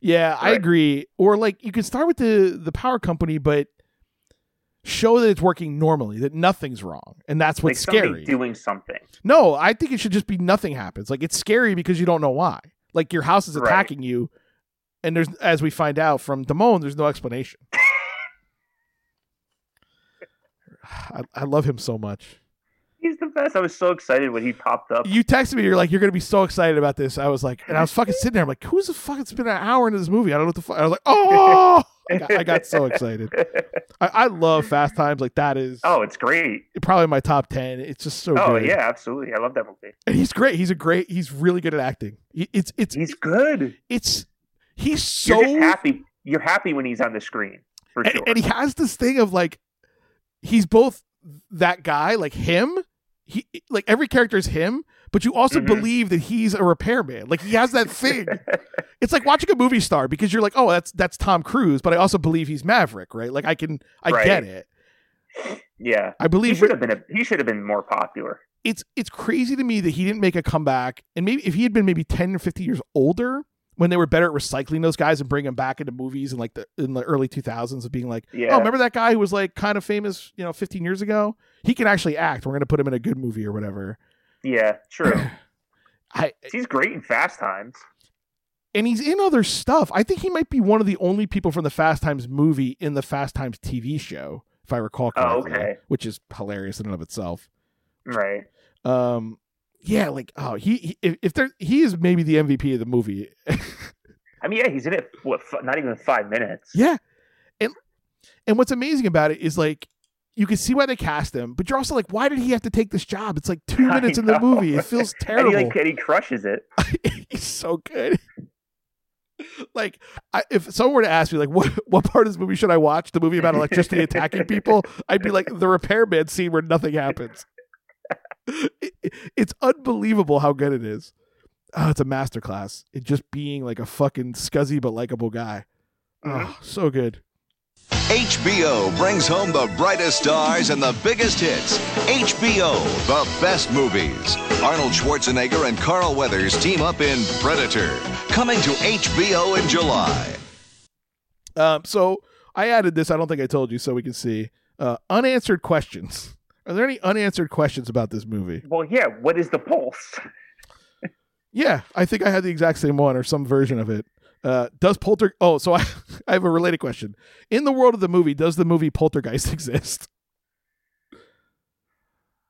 Speaker 2: yeah i
Speaker 4: Right.
Speaker 2: agree or like you can start with the the power company but show that it's working normally that nothing's wrong and that's
Speaker 4: like
Speaker 2: what's
Speaker 4: somebody
Speaker 2: scary
Speaker 4: doing something
Speaker 2: no i think it should just be nothing happens like it's scary because you don't know why like your house is
Speaker 4: Right.
Speaker 2: attacking you and there's as we find out from damone there's no explanation I, I love him so much
Speaker 4: he's the best i was so excited when he popped up
Speaker 2: you texted me. You're like, you're gonna be so excited about this. I was like, and I was fucking sitting there. I'm like, who's the fuck? It's been an hour into this movie. I don't know what the fuck. I was like, oh, I got, I got so excited. I, I love Fast Times. Like that is
Speaker 4: oh it's great
Speaker 2: probably my top ten. It's just so.
Speaker 4: oh
Speaker 2: good.
Speaker 4: yeah absolutely i love that movie
Speaker 2: and he's great. He's a great. He's really good at acting. He- It's it's
Speaker 4: he's good
Speaker 2: it's he's so
Speaker 4: you're just happy you're happy when he's on the screen for
Speaker 2: and,
Speaker 4: sure
Speaker 2: and he has this thing of like he's both that guy like him he like every character is him but you also
Speaker 4: Mhm.
Speaker 2: believe that he's a repairman like he has that thing it's like watching a movie star because you're like oh that's that's tom cruise but i also believe he's maverick right like i can i
Speaker 4: Right.
Speaker 2: get it
Speaker 4: yeah
Speaker 2: i
Speaker 4: he
Speaker 2: believe
Speaker 4: should have been a, he should have been more popular
Speaker 2: it's it's crazy to me that he didn't make a comeback and maybe if he had been maybe 10 or 15 years older when they were better at recycling those guys and bringing them back into movies and like the in the early 2000s of being like
Speaker 4: yeah
Speaker 2: Oh, remember that guy who was like kind of famous, you know, 15 years ago? He can actually act. We're going to put him in a good movie or whatever.
Speaker 4: yeah true
Speaker 2: I
Speaker 4: he's great in fast times
Speaker 2: and he's in other stuff. I think he might be one of the only people from the Fast Times movie in the Fast Times TV show, if I recall
Speaker 4: Oh,
Speaker 2: correctly,
Speaker 4: okay.
Speaker 2: which is hilarious in and of itself.
Speaker 4: right
Speaker 2: Um yeah, like oh, he, he if, if there he is maybe the MVP of the movie.
Speaker 4: I mean, yeah, he's in it. What? f- Not even five minutes.
Speaker 2: Yeah. And and what's amazing about it is like you can see why they cast him, but you're also like, why did he have to take this job? It's like two
Speaker 4: I
Speaker 2: minutes in the
Speaker 4: know.
Speaker 2: movie. It feels
Speaker 4: and
Speaker 2: terrible.
Speaker 4: he like and he crushes it.
Speaker 2: he's so good. Like, I, if someone were to ask me, like, what what part of this movie should I watch? The movie about electricity attacking people? I'd be like the repairman scene where nothing happens. It- it- it's unbelievable how good it is. Oh, it's a masterclass. It just being like a fucking scuzzy but likable guy. Oh, so good.
Speaker 5: HBO brings home the brightest stars and the biggest hits. HBO, the best movies. Arnold Schwarzenegger and Carl Weathers team up in Predator, coming to HBO in July.
Speaker 2: Um, so I added this. I don't think I told you, so we can see uh, unanswered questions. Are there any unanswered questions about this movie?
Speaker 4: Well, yeah. What is the pulse?
Speaker 2: Yeah, I think I had the exact same one or some version of it. Uh, does Polter? Oh, so I, I have a related question. In the world of the movie, does the movie Poltergeist exist?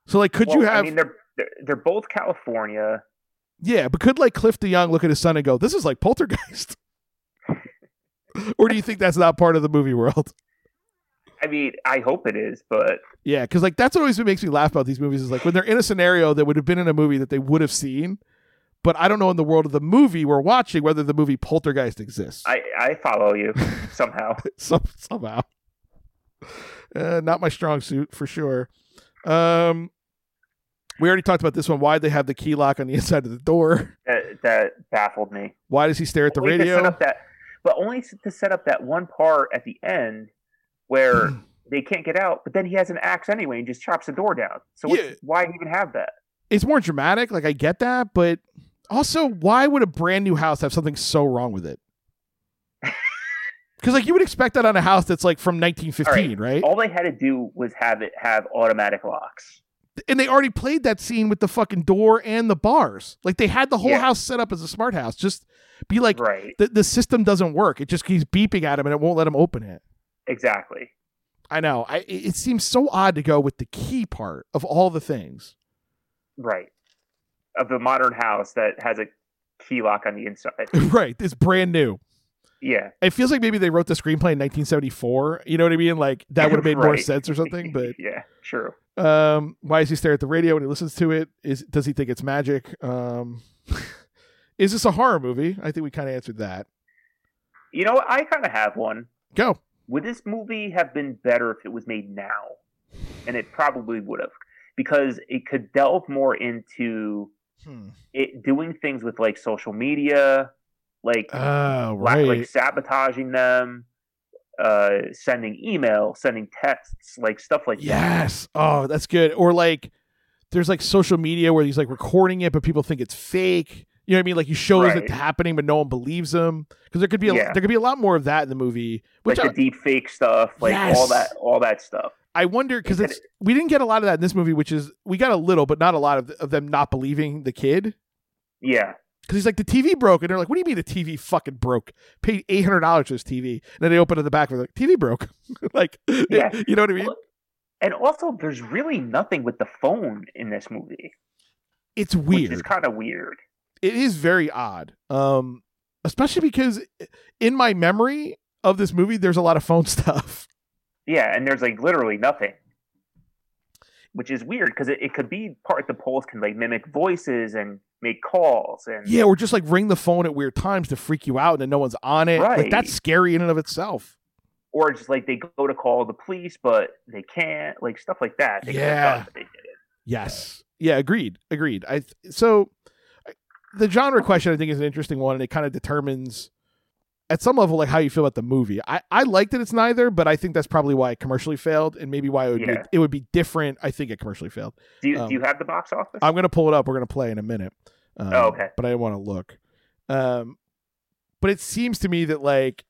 Speaker 2: So, like, could you
Speaker 4: Well,
Speaker 2: have?
Speaker 4: I mean, they're, they're they're both California.
Speaker 2: yeah, but could like Cliff DeYoung look at his son and go, "This is like Poltergeist"? or do you think that's not part of the movie world?
Speaker 4: I mean, I hope it is, but
Speaker 2: Yeah, because like that's what always makes me laugh about these movies is like when they're in a scenario that would have been in a movie that they would have seen, but I don't know in the world of the movie we're watching whether the movie Poltergeist exists.
Speaker 4: I I follow you somehow.
Speaker 2: some, somehow. Uh, not my strong suit for sure. Um, we already talked about this one. Why they have the key lock on the inside of the door?
Speaker 4: That that baffled me.
Speaker 2: Why does he stare at the
Speaker 4: Only to set
Speaker 2: radio?
Speaker 4: up that, but only s- to set up that one part at the end where
Speaker 2: Hmm.
Speaker 4: they can't get out. But then he has an axe anyway and just chops the door down. So what's-
Speaker 2: Yeah.
Speaker 4: why even have that?
Speaker 2: It's more dramatic. Like I get that, but also, why would a brand new house have something so wrong with it? Because like you would expect that on a house that's like from 1915, right?
Speaker 4: All they had to do was have it have automatic locks.
Speaker 2: And they already played that scene with the fucking door and the bars. Like they had the whole
Speaker 4: Yeah.
Speaker 2: house set up as a smart house. Just be like,
Speaker 4: right.
Speaker 2: the, the system doesn't work. It just keeps beeping at him and it won't let him open it.
Speaker 4: Exactly.
Speaker 2: I know. I, it it seems so odd to go with the key part of all the things.
Speaker 4: Right. Of the modern house that has a key lock on the inside.
Speaker 2: right. It's brand new.
Speaker 4: Yeah.
Speaker 2: It feels like maybe they wrote the screenplay in 1974. You know what I mean? Like that would have made more
Speaker 4: Right.
Speaker 2: sense or something. But
Speaker 4: yeah, true.
Speaker 2: um, why does he stare at the radio when he listens to it? Is does he think it's magic? Um, is this a horror movie? I think we kind of answered that.
Speaker 4: You know, what? I kind of have one.
Speaker 2: Go.
Speaker 4: Would this movie have been better if it was made now? And it probably would have, because it could delve more into
Speaker 2: Hmm.
Speaker 4: it doing things with like social media, like
Speaker 2: Oh,
Speaker 4: la-
Speaker 2: right.
Speaker 4: like sabotaging them, uh, sending email, sending texts, like stuff like that.
Speaker 2: Yes. Oh, that's good. Or like there's like social media where he's like recording it, but people think it's fake. You know what I mean? Like he shows
Speaker 4: Right.
Speaker 2: it happening, but no one believes him. Because there could be a,
Speaker 4: Yeah.
Speaker 2: there could be a lot more of that in the movie. Which
Speaker 4: like the
Speaker 2: I,
Speaker 4: deep fake stuff, like
Speaker 2: Yes.
Speaker 4: all that, all that stuff.
Speaker 2: I wonder because
Speaker 4: it
Speaker 2: it's we didn't get a lot of that in this movie, which is we got a little, but not a lot of, of them not believing the kid.
Speaker 4: Yeah,
Speaker 2: Because he's like the TV broke, and they're like, "What do you mean the TV fucking broke? Paid eight hundred dollars for this TV." And then they open it in the back, and they're like, "TV broke." like,
Speaker 4: Yeah.
Speaker 2: you know what I mean?
Speaker 4: Well, and also there's really nothing with the phone in this movie,
Speaker 2: It's weird.
Speaker 4: which is kind of weird.
Speaker 2: it is very odd um especially because in my memory of this movie there's a lot of phone stuff
Speaker 4: Yeah, and there's like literally nothing, which is weird because it, it could be part the polls can like mimic voices and make calls and
Speaker 2: yeah or just like ring the phone at weird times to freak you out and then no one's on it like
Speaker 4: Right.
Speaker 2: that's scary in and of itself
Speaker 4: or just like they go to call the police but they can't, like stuff like that. They could've
Speaker 2: Yeah.
Speaker 4: done, but they didn't.
Speaker 2: yes yeah agreed agreed i th- so I- the genre question i think is an interesting one and it kind of determines at some level like how you feel about the movie i i like that it's neither but i think that's probably why it commercially failed and maybe why it would
Speaker 4: Yeah.
Speaker 2: be it would be different i think it commercially failed
Speaker 4: Do you
Speaker 2: Um,
Speaker 4: do you have the box office?
Speaker 2: I'm gonna pull it up. We're gonna play in a minute. Um,
Speaker 4: Oh, okay.
Speaker 2: But I want to look. Um, but it seems to me that like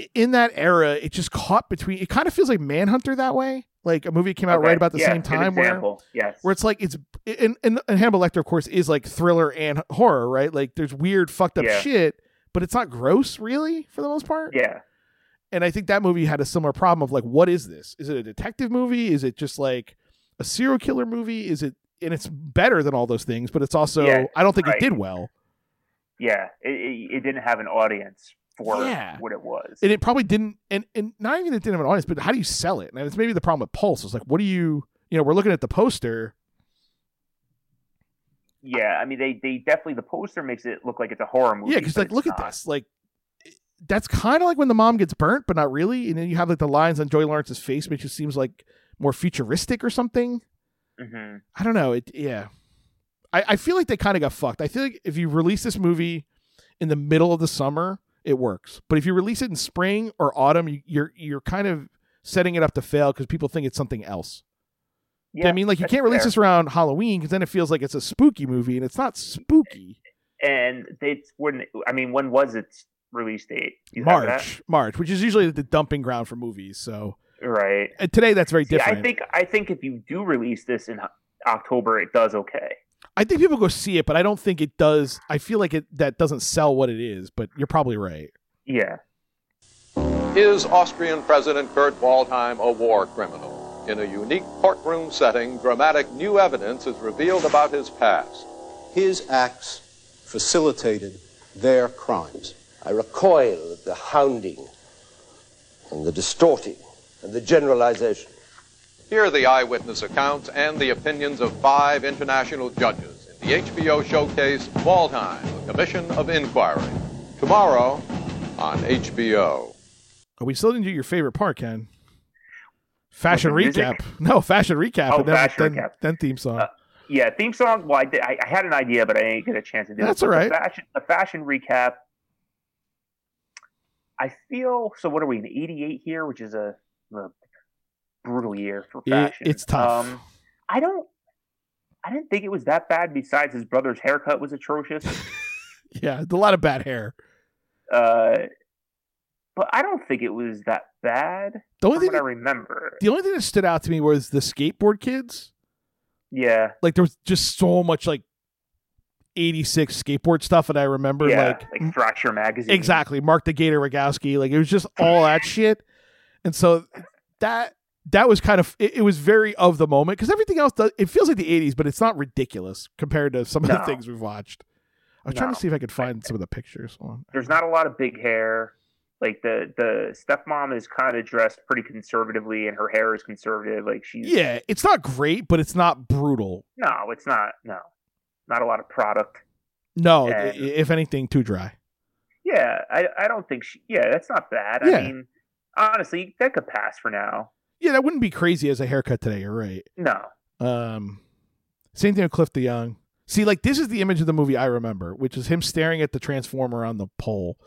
Speaker 2: i- in that era, it just caught between. It kind of feels like Manhunter that way. Like a movie came out
Speaker 4: Okay,
Speaker 2: right about the
Speaker 4: yeah,
Speaker 2: same
Speaker 4: good
Speaker 2: time where
Speaker 4: example, yes,
Speaker 2: where it's like it's and, and and Hannibal Lecter, of course, is like thriller and horror, right? Like there's weird fucked up
Speaker 4: Yeah.
Speaker 2: shit, but it's not gross really for the most part.
Speaker 4: yeah,
Speaker 2: And I think that movie had a similar problem of like, what is this? Is it a detective movie? Is it just like a serial killer movie? Is it and it's better than all those things, but it's also
Speaker 4: Yeah,
Speaker 2: I don't think
Speaker 4: right.
Speaker 2: it did well.
Speaker 4: yeah. It, it, it didn't have an audience for
Speaker 2: Yeah.
Speaker 4: what it was.
Speaker 2: And it probably didn't and, and not even that it didn't have an audience, but how do you sell it? And it's maybe the problem with Pulse is like, what do you you know, we're looking at the poster.
Speaker 4: yeah, I mean they they definitely the poster makes it look like it's a horror movie.
Speaker 2: yeah, because
Speaker 4: but
Speaker 2: like
Speaker 4: it's
Speaker 2: look at
Speaker 4: not.
Speaker 2: this. Like that's kind of like when the mom gets burnt, but not really. And then you have like the lines on Joy Lawrence's face, which just seems like more futuristic or something.
Speaker 4: hmm
Speaker 2: I don't know. It yeah. I, I feel like they kind of got fucked. I feel like if you release this movie in the middle of the summer, it works. But if you release it in spring or autumn, you, you're you're kind of setting it up to fail because people think it's something else. You know what I mean, like you can't release this around Halloween because then it feels like it's a spooky movie and it's not spooky.
Speaker 4: And it's when I mean when was its release date? You have that?
Speaker 2: March, March, which is usually the dumping ground for movies. So
Speaker 4: right?
Speaker 2: and today that's very
Speaker 4: See,
Speaker 2: different.
Speaker 4: I think I think if you do release this in Ho- October, it does okay.
Speaker 2: I think people go see it, but I don't think it does. I feel like it that doesn't sell what it is. But you're probably right.
Speaker 4: Yeah,
Speaker 9: Is Austrian President Kurt Waldheim a war criminal? In a unique courtroom setting, dramatic new evidence is revealed about his past.
Speaker 10: His acts facilitated their crimes. I recoil at the hounding and the distorting and the generalization.
Speaker 9: Hear the eyewitness accounts and the opinions of five international judges in the HBO showcase Waldheim, a commission of inquiry. Tomorrow on HBO.
Speaker 2: Oh, we still didn't do your favorite part, Ken. Fashion
Speaker 4: With the
Speaker 2: recap. No, fashion recap.
Speaker 4: Oh,
Speaker 2: and then, then,
Speaker 4: fashion recap.
Speaker 2: then theme song.
Speaker 4: Uh, yeah. Theme song. Well, I, did, I I had an idea, but I didn't get a chance to do
Speaker 2: That's
Speaker 4: it. But
Speaker 2: all
Speaker 4: The
Speaker 2: right.
Speaker 4: fashion, the fashion recap. I feel so. What are we in '88 here, which is a, a brutal year for
Speaker 2: It-
Speaker 4: fashion.
Speaker 2: it's tough.
Speaker 4: Um, I don't. I didn't think it was that bad. Besides, his brother's haircut was atrocious.
Speaker 2: yeah, a lot of bad hair.
Speaker 4: Uh, but I don't think it was that bad.
Speaker 2: The only
Speaker 4: From
Speaker 2: thing
Speaker 4: what I
Speaker 2: that,
Speaker 4: remember.
Speaker 2: the only thing that stood out to me was the skateboard kids.
Speaker 4: Yeah.
Speaker 2: Like there was just so much like 86 skateboard stuff that I remember
Speaker 4: Yeah.
Speaker 2: like,
Speaker 4: Like, Thrasher magazine.
Speaker 2: exactly Mark the Gator Rogowski. Like it was just all that shit. And so that that was kind of it, it was very of the moment because everything else does it feels like the 80s, but it's not ridiculous compared to some of the
Speaker 4: No.
Speaker 2: things we've watched. I was trying
Speaker 4: No.
Speaker 2: to see if I could find some of the pictures. Hold on.
Speaker 4: There's not a lot of big hair. Like the the stepmom is kind of dressed pretty conservatively, and her hair is conservative. Like she's
Speaker 2: Yeah, it's not great, but it's not brutal.
Speaker 4: no, it's not no, not a lot of product.
Speaker 2: No, i-
Speaker 4: Yeah.
Speaker 2: i- if anything, too dry.
Speaker 4: Yeah, I I don't think she. Yeah, that's not bad.
Speaker 2: Yeah.
Speaker 4: I mean, honestly, that could pass for now.
Speaker 2: Yeah, that wouldn't be crazy as a haircut today. You're right.
Speaker 4: No,
Speaker 2: Um, same thing with Cliff DeYoung. See, like this is the image of the movie I remember, which is him staring at the transformer on the pole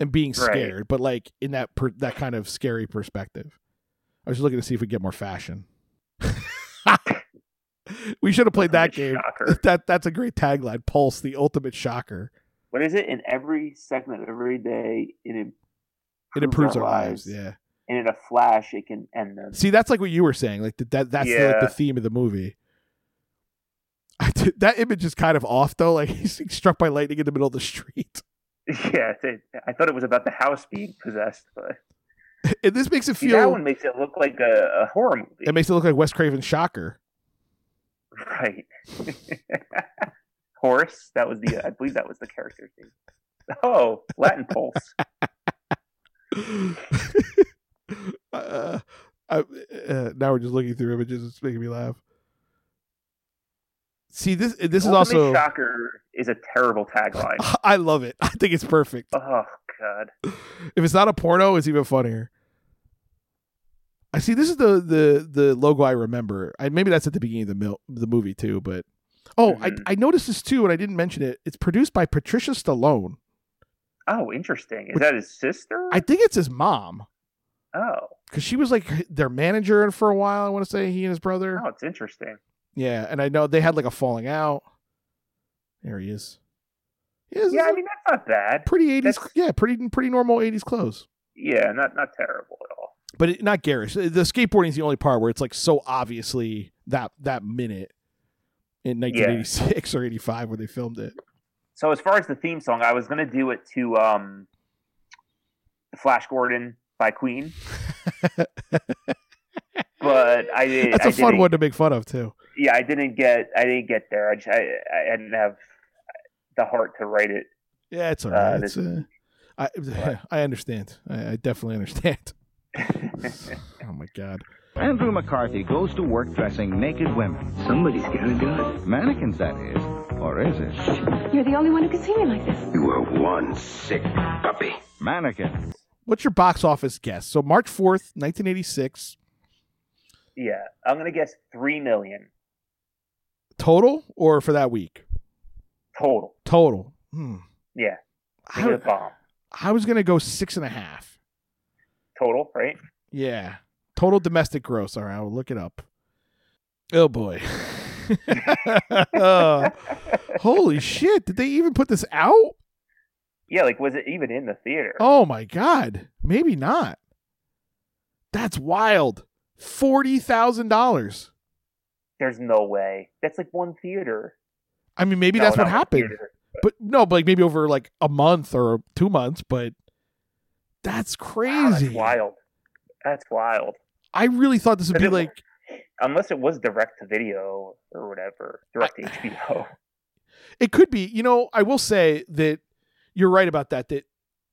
Speaker 2: and being
Speaker 4: Right.
Speaker 2: scared, but like in that per- that kind of scary perspective. I was just looking to see if we get more fashion. we should have played that
Speaker 4: Ultimate
Speaker 2: game.
Speaker 4: shocker.
Speaker 2: That that's a great tagline. Pulse, the ultimate shocker.
Speaker 4: what is it? In every second of every day, it im-
Speaker 2: It improves our lives. Yeah.
Speaker 4: and in a flash, it can end them.
Speaker 2: See, that's like what you were saying. Like that, that that's the, like, the
Speaker 4: Yeah.
Speaker 2: theme of the movie. I did, that image is kind of off though. Like he's struck by lightning in the middle of the street,
Speaker 4: Yeah, it, I thought it was about the house being possessed, but
Speaker 2: and this makes it
Speaker 4: see, that
Speaker 2: feel.
Speaker 4: one makes it look like a, a horror movie,
Speaker 2: It makes it look like Wes Craven's Shocker.
Speaker 4: right? Horse. That was the. I believe that was the character's name. Oh, Latin Pulse.
Speaker 2: uh, I, uh, now we're just looking through images. It's making me laugh. See this. This is
Speaker 4: Ultimate
Speaker 2: also. Uh,
Speaker 4: shocker is a terrible tagline.
Speaker 2: I love it. I think it's perfect.
Speaker 4: oh God.
Speaker 2: If it's not a porno, it's even funnier. I see. This is the the the logo I remember. I, maybe that's at the beginning of the mil- the movie too. But oh,
Speaker 4: Mhm.
Speaker 2: I I noticed this too, and I didn't mention it. It's produced by Patricia Stallone.
Speaker 4: Oh, interesting. Is
Speaker 2: Which-
Speaker 4: that his sister?
Speaker 2: I think it's his mom
Speaker 4: oh,
Speaker 2: because she was like their manager for a while. I want to say he and his brother.
Speaker 4: oh, it's interesting.
Speaker 2: Yeah, and I know they had like a falling out. There he is. Yeah, this
Speaker 4: Yeah,
Speaker 2: is
Speaker 4: I mean that's not bad.
Speaker 2: pretty eighties.
Speaker 4: that's-
Speaker 2: Yeah, pretty pretty normal eighties clothes,
Speaker 4: Yeah, not not terrible at all.
Speaker 2: but it, not garish. The skateboarding is the only part where it's like so obviously that that minute in 1986 or 85 when they filmed it.
Speaker 4: So as far as the theme song, I was gonna do it to um, Flash Gordon by Queen, but I did.
Speaker 2: That's
Speaker 4: I
Speaker 2: a fun
Speaker 4: didn't- e-
Speaker 2: one to make fun of too.
Speaker 4: Yeah, I didn't get. I didn't get there. I just, I, I didn't have the heart to write it.
Speaker 2: Yeah, it's all
Speaker 4: Uh,
Speaker 2: right.
Speaker 4: this-
Speaker 2: it's, uh, I I understand. I, I definitely understand. oh my god.
Speaker 6: Andrew McCarthy goes to work dressing naked women. Somebody's gonna do it. Mannequins, that is. Or is it?
Speaker 11: You're the only one who can see me like this.
Speaker 6: You are one sick puppy. Mannequin.
Speaker 2: What's your box office guess? So March 4th, 1986
Speaker 4: Yeah, I'm gonna guess three million
Speaker 2: total or for that week?
Speaker 4: total.
Speaker 2: Total. Hmm.
Speaker 4: Yeah,
Speaker 2: I,
Speaker 4: Think of the bomb
Speaker 2: I was gonna go six and a half.
Speaker 4: total, right?
Speaker 2: Yeah. Total domestic gross. All right, I'll look it up. Oh boy. Uh, holy shit. Did they even put this out?
Speaker 4: Yeah, like was it even in the theater?
Speaker 2: Oh my god. Maybe not. That's wild. Forty thousand dollars.
Speaker 4: There's no way. That's like one theater.
Speaker 2: I mean, maybe
Speaker 4: No,
Speaker 2: that's what
Speaker 4: not one
Speaker 2: happened.
Speaker 4: theater.
Speaker 2: But no, but like maybe over like a month or two months, but that's
Speaker 4: Wow, that's
Speaker 2: crazy.
Speaker 4: wild. That's wild.
Speaker 2: I really thought this would
Speaker 4: Does
Speaker 2: be
Speaker 4: it-
Speaker 2: like
Speaker 4: Unless it was direct to video or whatever, direct to HBO.
Speaker 2: It could be. You know, I will say that you're right about that. That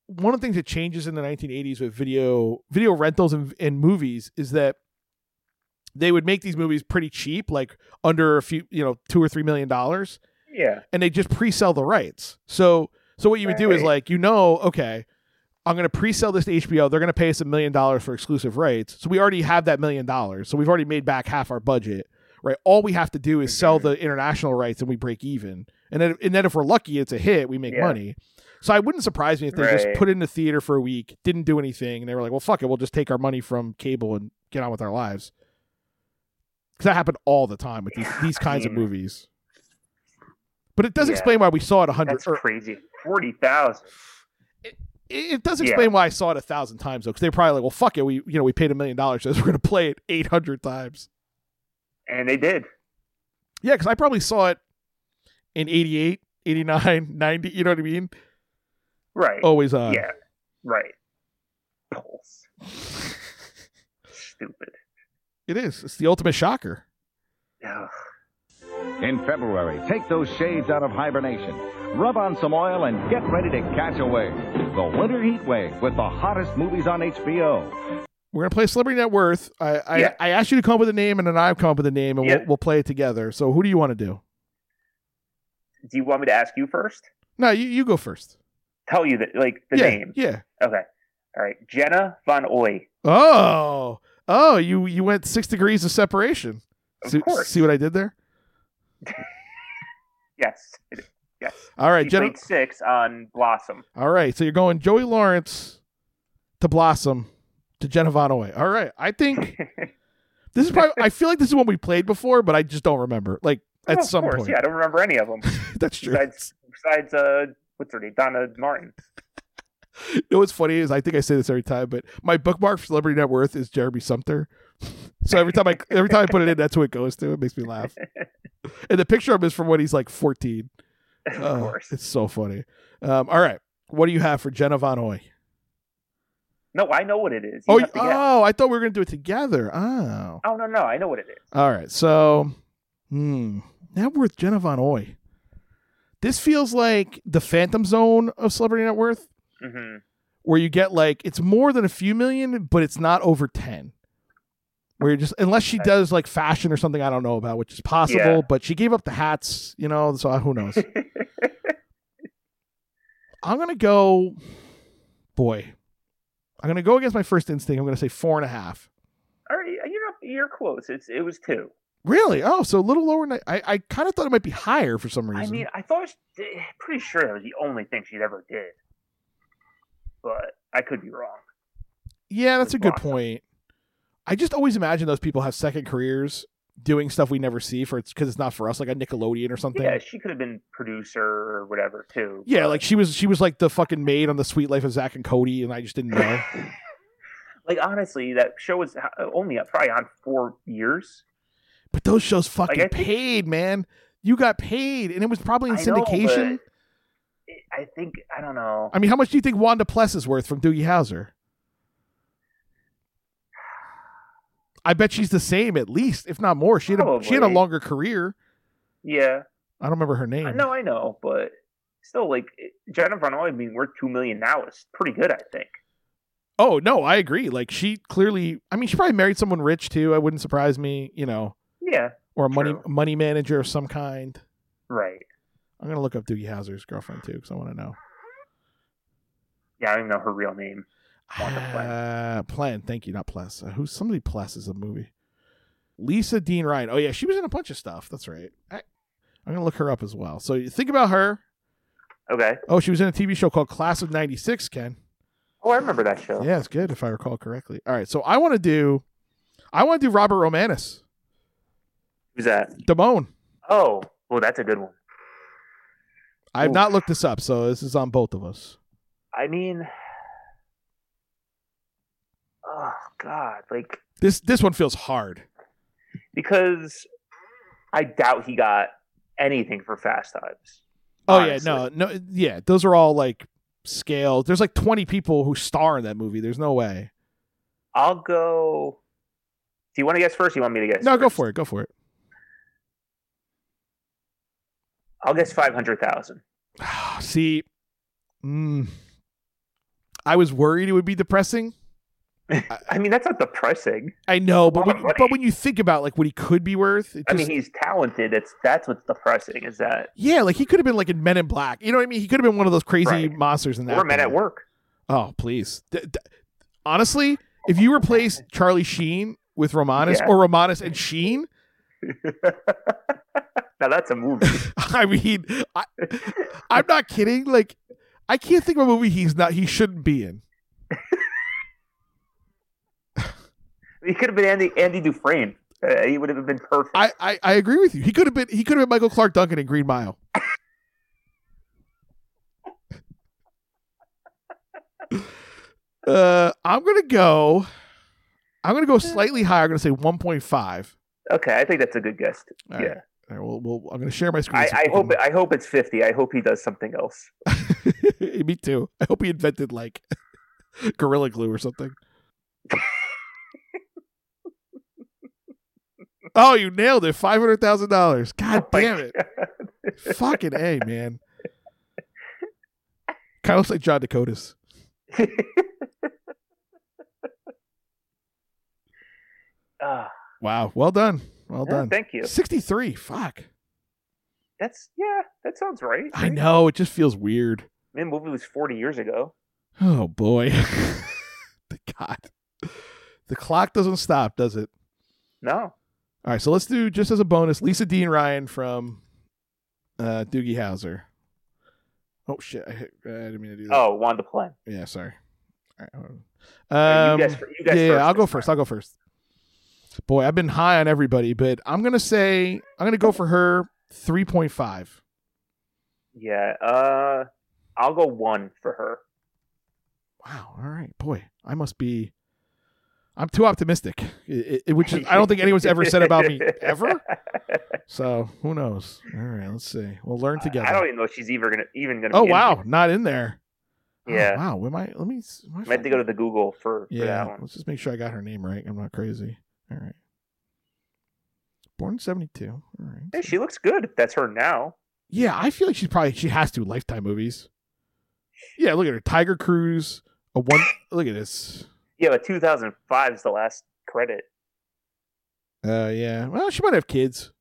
Speaker 2: one of the things that changes in the 1980s with video video rentals and, and movies is that they would make these movies pretty cheap, like under a few, you know, two or three million dollars,
Speaker 4: Yeah,
Speaker 2: and they just pre-sell the rights. So, so what you would do is
Speaker 4: Right.
Speaker 2: like, you know, okay, I'm going to pre-sell this to HBO. They're going to pay us a million dollars for exclusive rights. So we already have that million dollars. So we've already made back half our budget, right? All we have to do is
Speaker 4: Mm-hmm.
Speaker 2: sell the international rights and we break even. And then, and then if we're lucky, it's a hit. We make
Speaker 4: Yeah.
Speaker 2: money. So I wouldn't surprise me if they just
Speaker 4: Right.
Speaker 2: put it in the theater for a week, didn't do anything, and they were like, "Well, fuck it, we'll just take our money from cable and get on with our lives." Because that happened all the time with these, these kinds of
Speaker 4: mean-
Speaker 2: movies. But it does
Speaker 4: Yeah.
Speaker 2: explain why we saw it a hundred.
Speaker 4: that's
Speaker 2: or-
Speaker 4: crazy. Forty thousand.
Speaker 2: It it does
Speaker 4: Yeah.
Speaker 2: explain why I saw it a thousand times though, because they're probably like, "Well, fuck it, we you know we paid a million dollars, so we're gonna play it eight hundred times."
Speaker 4: And they did.
Speaker 2: Yeah, because I probably saw it in 88, 89, 90, You know what I mean?
Speaker 4: Right.
Speaker 2: Always uh, on.
Speaker 4: yeah. Right. Pulse. Stupid.
Speaker 2: It is. It's the ultimate shocker.
Speaker 4: Ugh.
Speaker 6: In February, take those shades out of hibernation.
Speaker 12: Rub on some oil and get ready to catch a wave. The winter heat wave with the hottest movies on HBO.
Speaker 2: We're gonna play Celebrity Net Worth. I I,
Speaker 12: Yeah.
Speaker 2: I asked you to come up with a name, and then I've come up with a name, and
Speaker 4: Yeah.
Speaker 2: we'll, we'll play it together. So who do you want to do?
Speaker 4: Do you want me to ask you first?
Speaker 2: No, you, you go first.
Speaker 4: Tell you that like the
Speaker 2: yeah,
Speaker 4: name.
Speaker 2: Yeah.
Speaker 4: Okay. All right. Jenna Von Oy.
Speaker 2: Oh, oh, you you went six degrees of separation.
Speaker 4: Of
Speaker 2: see,
Speaker 4: course.
Speaker 2: see what I did there?
Speaker 4: Yes. it- Yes.
Speaker 2: All right,
Speaker 4: She
Speaker 2: Jenna-
Speaker 4: played six on Blossom.
Speaker 2: All right, so you're going Joey Lawrence to Blossom to Jenna Von Away. All right, I think this is probably. I feel like this is one we played before, but I just don't remember. Like
Speaker 4: Oh,
Speaker 2: at
Speaker 4: of
Speaker 2: some
Speaker 4: course.
Speaker 2: point,
Speaker 4: Yeah, I don't remember any of them.
Speaker 2: That's true.
Speaker 4: Besides, besides uh, what's her name? Donna Martin.
Speaker 2: You know what's funny is I think I say this every time, but my bookmark for celebrity net worth is Jeremy Sumter. So every time I every time I put it in, that's who it goes to. It makes me laugh. And the picture of him is from when he's like 14. Of course. Uh, It's so funny. Um, all right. What do you have for Jenna Von Hoy?
Speaker 4: No, I know what it is. You
Speaker 2: Oh,
Speaker 4: have to guess.
Speaker 2: oh, I thought we were going to do it together. Oh.
Speaker 4: Oh no, no, I know what it is.
Speaker 2: All right. So, hmm. Net worth Jenna Von Hoy. This feels like the phantom zone of celebrity net worth.
Speaker 4: Mm-hmm.
Speaker 2: where you get like it's more than a few million, but it's not over ten. Where you're just unless she does like fashion or something I don't know about, which is possible,
Speaker 4: Yeah.
Speaker 2: but she gave up the hats, you know, so uh, who knows. I'm gonna go boy. I'm gonna go against my first instinct. I'm gonna say four and a half.
Speaker 4: All right, you're up, you're close. It's it was two.
Speaker 2: Really? Oh, so a little lower than I I, I kind of thought it might be higher for some reason.
Speaker 4: I mean, I thought she, pretty sure that was the only thing she ever did, but I could be wrong.
Speaker 2: Yeah, that's a good point. I just always imagine those people have second careers doing stuff we never see for it's because it's not for us, like a Nickelodeon or something.
Speaker 4: Yeah, she could have been producer or whatever too.
Speaker 2: Yeah, like she was she was like the fucking maid on the Sweet Life of Zach and Cody, and I just didn't know.
Speaker 4: Like honestly, that show was h- only probably on four years.
Speaker 2: but those shows fucking
Speaker 4: I think-
Speaker 2: paid, man. You got paid, and it was probably in
Speaker 4: I know,
Speaker 2: syndication.
Speaker 4: but I think I don't know.
Speaker 2: I mean, how much do you think Wanda Pless is worth from Doogie Howser? I bet she's the same, at least, if not more. She had a, she had a
Speaker 4: Probably.
Speaker 2: longer career.
Speaker 4: Yeah,
Speaker 2: I don't remember her name.
Speaker 4: I know, I know, but still, like Jenna Von Oy being worth two million now is pretty good, I think.
Speaker 2: Oh no, I agree. Like she clearly, I mean, she probably married someone rich too. I wouldn't surprise me, you know,
Speaker 4: Yeah,
Speaker 2: or a money money manager of some kind.
Speaker 4: right.
Speaker 2: I'm gonna look up Doogie Howser's girlfriend too because I want to know.
Speaker 4: Yeah, I don't even know her real name.
Speaker 2: Uh, Plan. Thank you, not Pless. Uh, who's somebody? Pless is a movie. Lisa Dean Ryan. Oh yeah, she was in a bunch of stuff. That's right. I, I'm gonna look her up as well. So you think about her.
Speaker 4: Okay.
Speaker 2: Oh, she was in a TV show called Class of '96. Ken.
Speaker 4: Oh, I remember that show.
Speaker 2: Yeah, it's good if I recall correctly. All right, so I want to do, I want to do Robert Romanus,
Speaker 4: Who's that?
Speaker 2: Damone.
Speaker 4: Oh, well, that's a good one.
Speaker 2: I have not looked this up, so this is on both of us.
Speaker 4: I mean, oh god, like
Speaker 2: This this one feels hard.
Speaker 4: because I doubt he got anything for Fast Times.
Speaker 2: Oh yeah, no, no, yeah. Those are all like scales. There's like 20 people who star in that movie. There's no way.
Speaker 4: I'll go. Do you want to guess first? Or you want me to guess?
Speaker 2: No, go for it. Go for it.
Speaker 4: I'll guess five hundred thousand.
Speaker 2: See, mm, I was worried it would be depressing.
Speaker 4: I mean, that's not depressing.
Speaker 2: I know, but
Speaker 4: lot
Speaker 2: when,
Speaker 4: of money.
Speaker 2: but when you think about like what he could be worth, it
Speaker 4: I
Speaker 2: just,
Speaker 4: mean, he's talented. That's that's what's depressing. Is that
Speaker 2: yeah, like he could have been like in Men in Black. You know what I mean? He could have been one of those crazy
Speaker 4: Right.
Speaker 2: monsters in that.
Speaker 4: we're men
Speaker 2: thing.
Speaker 4: at work?
Speaker 2: Oh, please. D- d- honestly, if you replace Charlie Sheen with Romanus
Speaker 4: Yeah.
Speaker 2: or Romanus and Sheen,
Speaker 4: Now that's a movie.
Speaker 2: I mean, I, I'm not kidding. Like, I can't think of a movie he's not he shouldn't be in.
Speaker 4: he could have been Andy Andy Dufresne. Uh, he would have been perfect.
Speaker 2: I, I, I agree with you. He could have been he could have been Michael Clark Duncan in Green Mile. uh, I'm gonna go. I'm gonna go slightly higher. I'm gonna say 1.5.
Speaker 4: Okay, I think that's a good guess.
Speaker 2: All right.
Speaker 4: yeah,
Speaker 2: All right, well, well, I'm gonna share my screen.
Speaker 4: I,
Speaker 2: so
Speaker 4: I
Speaker 2: we
Speaker 4: hope
Speaker 2: can-
Speaker 4: I hope it's fifty. I hope he does something else.
Speaker 2: Me too. I hope he invented like gorilla glue or something. oh, you
Speaker 4: Oh
Speaker 2: nailed it! Five hundred thousand dollars. God damn it! Fucking a man. Kind of looks like John Dakotas.
Speaker 4: Ah,
Speaker 2: Wow. Well done. Well
Speaker 4: Yeah,
Speaker 2: done.
Speaker 4: thank you.
Speaker 2: 63. Fuck.
Speaker 4: that's yeah, that sounds right.
Speaker 2: I know. It just feels weird.
Speaker 4: The movie was forty years ago.
Speaker 2: Oh, boy. The God. The clock doesn't stop, does it?
Speaker 4: No,
Speaker 2: All right. So let's do, just as a bonus, Lisa Dean Ryan from uh, Doogie Howser. Oh, shit. I, hit- I didn't mean to do that.
Speaker 4: Oh, Wanda Plan.
Speaker 2: Yeah, sorry. All right, hold on.
Speaker 4: Yeah, you
Speaker 2: Um,
Speaker 4: guys fir- you guys
Speaker 2: yeah, yeah,
Speaker 4: first
Speaker 2: I'll go
Speaker 4: this
Speaker 2: first. I'll go first. Boy, I've been high on everybody, but I'm gonna say I'm gonna go for her 3.5.
Speaker 4: Yeah, uh, I'll go one for her.
Speaker 2: Wow. All right, boy, I must be. I'm too optimistic, i- i- which is, I don't think anyone's ever said about me ever. So who knows? All right, let's see. We'll learn together.
Speaker 4: I don't even know if she's ever gonna even gonna.
Speaker 2: oh
Speaker 4: be in
Speaker 2: wow, not in there. Oh,
Speaker 4: Yeah.
Speaker 2: wow. Am I? Let me. s- my
Speaker 4: here. Might have to go to the Google for, for that
Speaker 2: Yeah,
Speaker 4: one.
Speaker 2: let's just make sure I got her name right. I'm not crazy. All right. Born in 72. All right.
Speaker 4: Hey, she looks good. If that's her now.
Speaker 2: Yeah, I feel like she's probably she has to lifetime movies. Yeah, look at her. Tiger Cruise, a one look at this.
Speaker 4: Yeah, but 2005 is the last credit.
Speaker 2: Uh yeah. Well, she might have kids.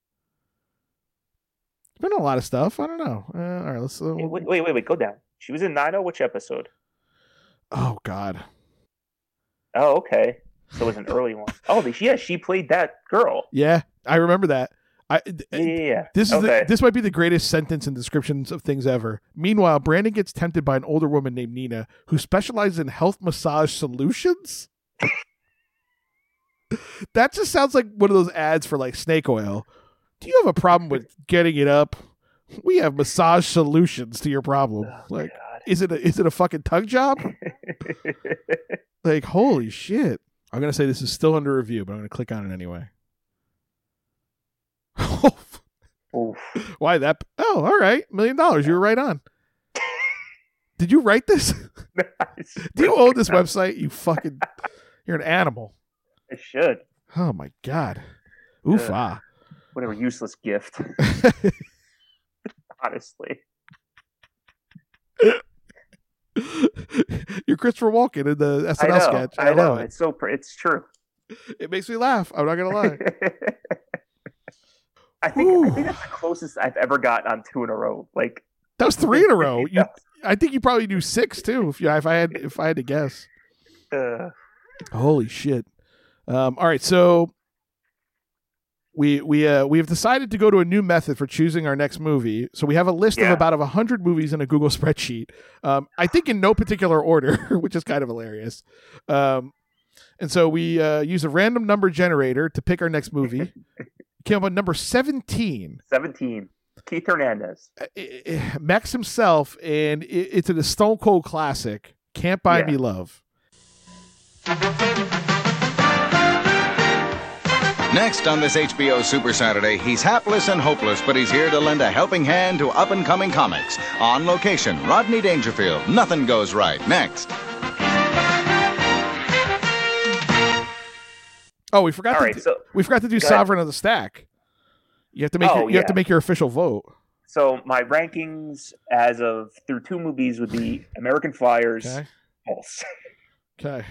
Speaker 2: Been a lot of stuff. I don't know. Uh, all right, let's uh,
Speaker 4: Wait, wait, wait, wait, wait, go down. She was in 90. Which episode?
Speaker 2: Oh god.
Speaker 4: Oh, okay. So it was an early one. Oh, the- yeah, she played that girl.
Speaker 2: Yeah, I remember that. I
Speaker 4: Yeah, yeah, yeah.
Speaker 2: This is
Speaker 4: okay.
Speaker 2: the, this might be the greatest sentence and descriptions of things ever. Meanwhile, Brandon gets tempted by an older woman named Nina who specializes in health massage solutions. that just sounds like one of those ads for like snake oil. Do you have a problem with getting it up? We have massage solutions to your problem. like, is it a, is it a fucking tug job? like, holy shit! I'm gonna say this is still under review, but I'm gonna click on it anyway. Oh, Why that? Oh, all right. Million dollars. You were right on. Did you write this? Do you own this website? You fucking, you're an animal.
Speaker 4: I should.
Speaker 2: Oh my god. Oof
Speaker 4: Ugh.
Speaker 2: ah.
Speaker 4: Whatever useless gift. Honestly.
Speaker 2: You're Christopher Walken in the
Speaker 4: I
Speaker 2: SNL
Speaker 4: know.
Speaker 2: sketch.
Speaker 4: I, know.
Speaker 2: It.
Speaker 4: It's so. pr- It's true.
Speaker 2: it makes me laugh. I'm not gonna lie.
Speaker 4: I think. I think that's the closest I've ever gotten on two in a row. Like
Speaker 2: That was three in a row. You, I think you probably knew six too. If you, if I had, if I had to guess.
Speaker 4: uh,
Speaker 2: Holy shit! Um, all right, so we we uh, we have decided to go to a new method for choosing our next movie. So we have a list of
Speaker 13: Yeah.
Speaker 2: about of hundred movies in a Google spreadsheet. Um, I think in no particular order, which is kind of hilarious. Um, and so we uh, use a random number generator to pick our next movie. Came up with number seventeen. Eh,
Speaker 4: seventeen. Keith Hernandez.
Speaker 2: Max himself, and it, it's a Stone Cold classic. Can't buy
Speaker 4: Yeah.
Speaker 2: me love.
Speaker 13: Next on this HBO Super Saturday, he's hapless and hopeless, but he's here to lend a helping hand to up and coming comics. On location, Rodney Dangerfield. Nothing goes right. Next.
Speaker 2: Oh, we forgot.
Speaker 13: All
Speaker 2: to
Speaker 13: right,
Speaker 2: do,
Speaker 13: so-
Speaker 2: we forgot to do
Speaker 4: go ahead.
Speaker 2: sovereign of the stack. You have to make
Speaker 4: Oh,
Speaker 2: your, you have to
Speaker 4: yeah.
Speaker 2: make your official vote.
Speaker 4: So my rankings as of through two movies would be American Flyers,
Speaker 2: Okay.
Speaker 4: Pulse.
Speaker 2: Okay.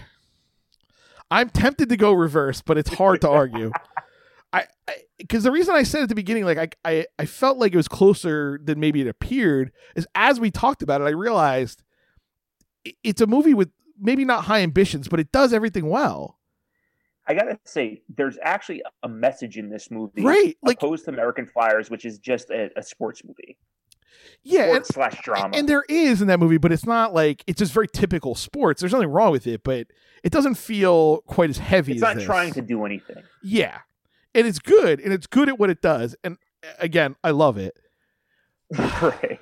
Speaker 2: I'm tempted to go reverse, but it's hard to argue. I because the reason I said at the beginning, like I, I I felt like it was closer than maybe it appeared, is as we talked about it, I realized i- it's a movie with maybe not high ambitions, but it does everything well.
Speaker 4: I gotta say, there's actually a message in this movie,
Speaker 2: Right,
Speaker 4: opposed to American Flyers, which is just a, a sports movie,
Speaker 2: Yeah, and-
Speaker 4: sports slash drama.
Speaker 2: And there is in that movie, but it's not like it's just very typical sports. There's nothing wrong with it, but it doesn't feel quite as heavy.
Speaker 4: it's
Speaker 2: as
Speaker 4: not
Speaker 2: this.
Speaker 4: trying to do anything.
Speaker 2: Yeah, and it's good, and it's good at what it does. And uh, again, I love it.
Speaker 4: right.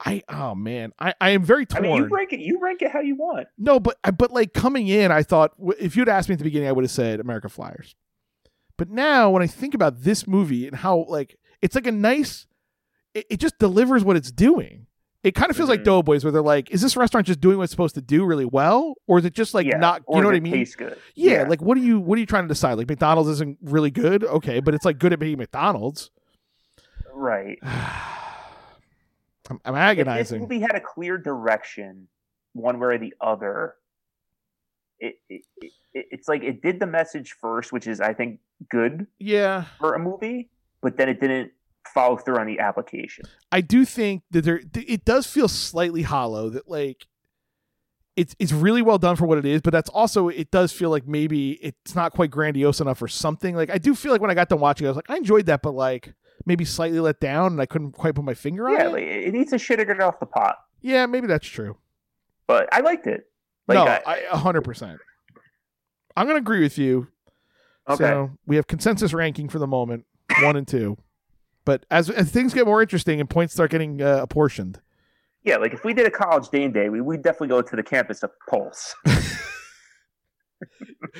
Speaker 2: I oh man, I I am very
Speaker 4: I
Speaker 2: torn.
Speaker 4: mean, you rank it. You rank it how you want.
Speaker 2: no, but uh, but like coming in, I thought w- if you'd asked me at the beginning, I would have said America Flyers. But now when I think about this movie and how like it's like a nice, it, it just delivers what it's doing. It kind of feels
Speaker 4: Mm-hmm.
Speaker 2: like Doughboys, where they're like, "Is this restaurant just doing what it's supposed to do really well, or is it just like not? You
Speaker 4: or
Speaker 2: know what
Speaker 4: does
Speaker 2: I
Speaker 4: it
Speaker 2: mean?
Speaker 4: taste good?
Speaker 2: Yeah, like what are you what are you trying to decide? Like McDonald's isn't really good, okay, but it's like good at being McDonald's.
Speaker 4: Right.
Speaker 2: I'm, I'm
Speaker 4: If this
Speaker 2: agonizing.
Speaker 4: movie had a clear direction, one way or the other, it, it, it it's like it did the message first, which is I think good
Speaker 2: yeah
Speaker 4: for a movie, but then it didn't follow through on the application.
Speaker 2: I do think that there th- it does feel slightly hollow that like it's it's really well done for what it is, but that's also it does feel like maybe it's not quite grandiose enough or something. Like I do feel like when I got done watching, it, I was like, I enjoyed that, but like maybe slightly let down, and I couldn't quite put my finger on
Speaker 4: Yeah,
Speaker 2: it.
Speaker 4: like, it needs to shit it off the pot,
Speaker 2: yeah, maybe that's true.
Speaker 4: but I liked it. Like,
Speaker 2: no,
Speaker 4: I-
Speaker 2: I a hundred percent. I'm gonna agree with you.
Speaker 4: Okay.
Speaker 2: So we have consensus ranking for the moment, one and two. But as, as things get more interesting and points start getting uh, apportioned,
Speaker 4: Yeah, like if we did a college game day, we would definitely go to the campus of Pulse.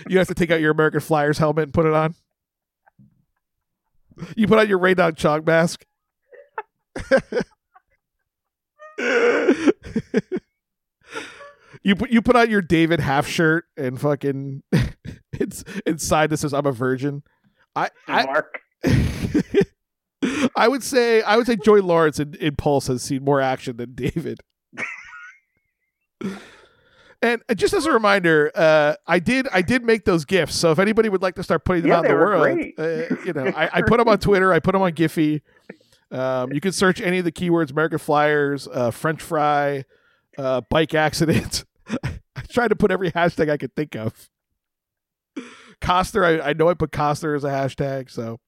Speaker 2: you have to take out your American Flyers helmet and put it on. You put on your Radon Chalk mask. you put you put on your David half shirt and fucking it's inside that says I'm a virgin. I I,
Speaker 4: Mark.
Speaker 2: I would say I would say Joy Lawrence in, in Pulse has seen more action than David. and just as a reminder, uh, I did I did make those gifts. So if anybody would like to start putting them
Speaker 4: Yeah,
Speaker 2: out in
Speaker 4: they
Speaker 2: the
Speaker 4: were
Speaker 2: world,
Speaker 4: great.
Speaker 2: uh, you know, I, I put them on Twitter. I put them on Giphy. Um, you can search any of the keywords: American Flyers, uh, French fry, uh, bike accident. I tried to put every hashtag I could think of. Coster, I, I know I put Coster as a hashtag, so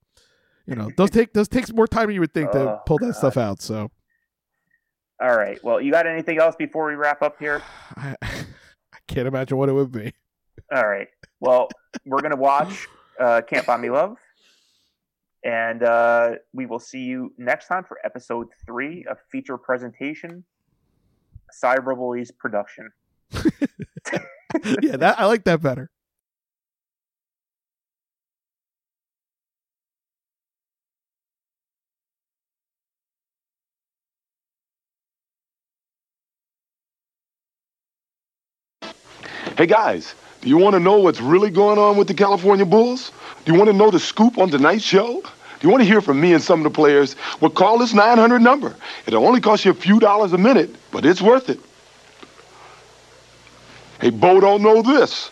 Speaker 2: you know those take those takes more time than you would think to
Speaker 4: Oh,
Speaker 2: pull that stuff out. So
Speaker 4: All right. Well, you got anything else before we wrap up here?
Speaker 2: I, I can't imagine what it would be.
Speaker 4: All right. Well, we're gonna watch uh, Can't Buy Me Love, and uh, we will see you next time for episode three of feature presentation, Cyberbullies production.
Speaker 2: yeah, that I like that better.
Speaker 14: Hey guys, do you want to know what's really going on with the California Bulls? Do you want to know the scoop on tonight's show? Do you want to hear from me and some of the players? Well, call this 900 number. It'll only cost you a few dollars a minute, but it's worth it. Hey, Bo don't know this.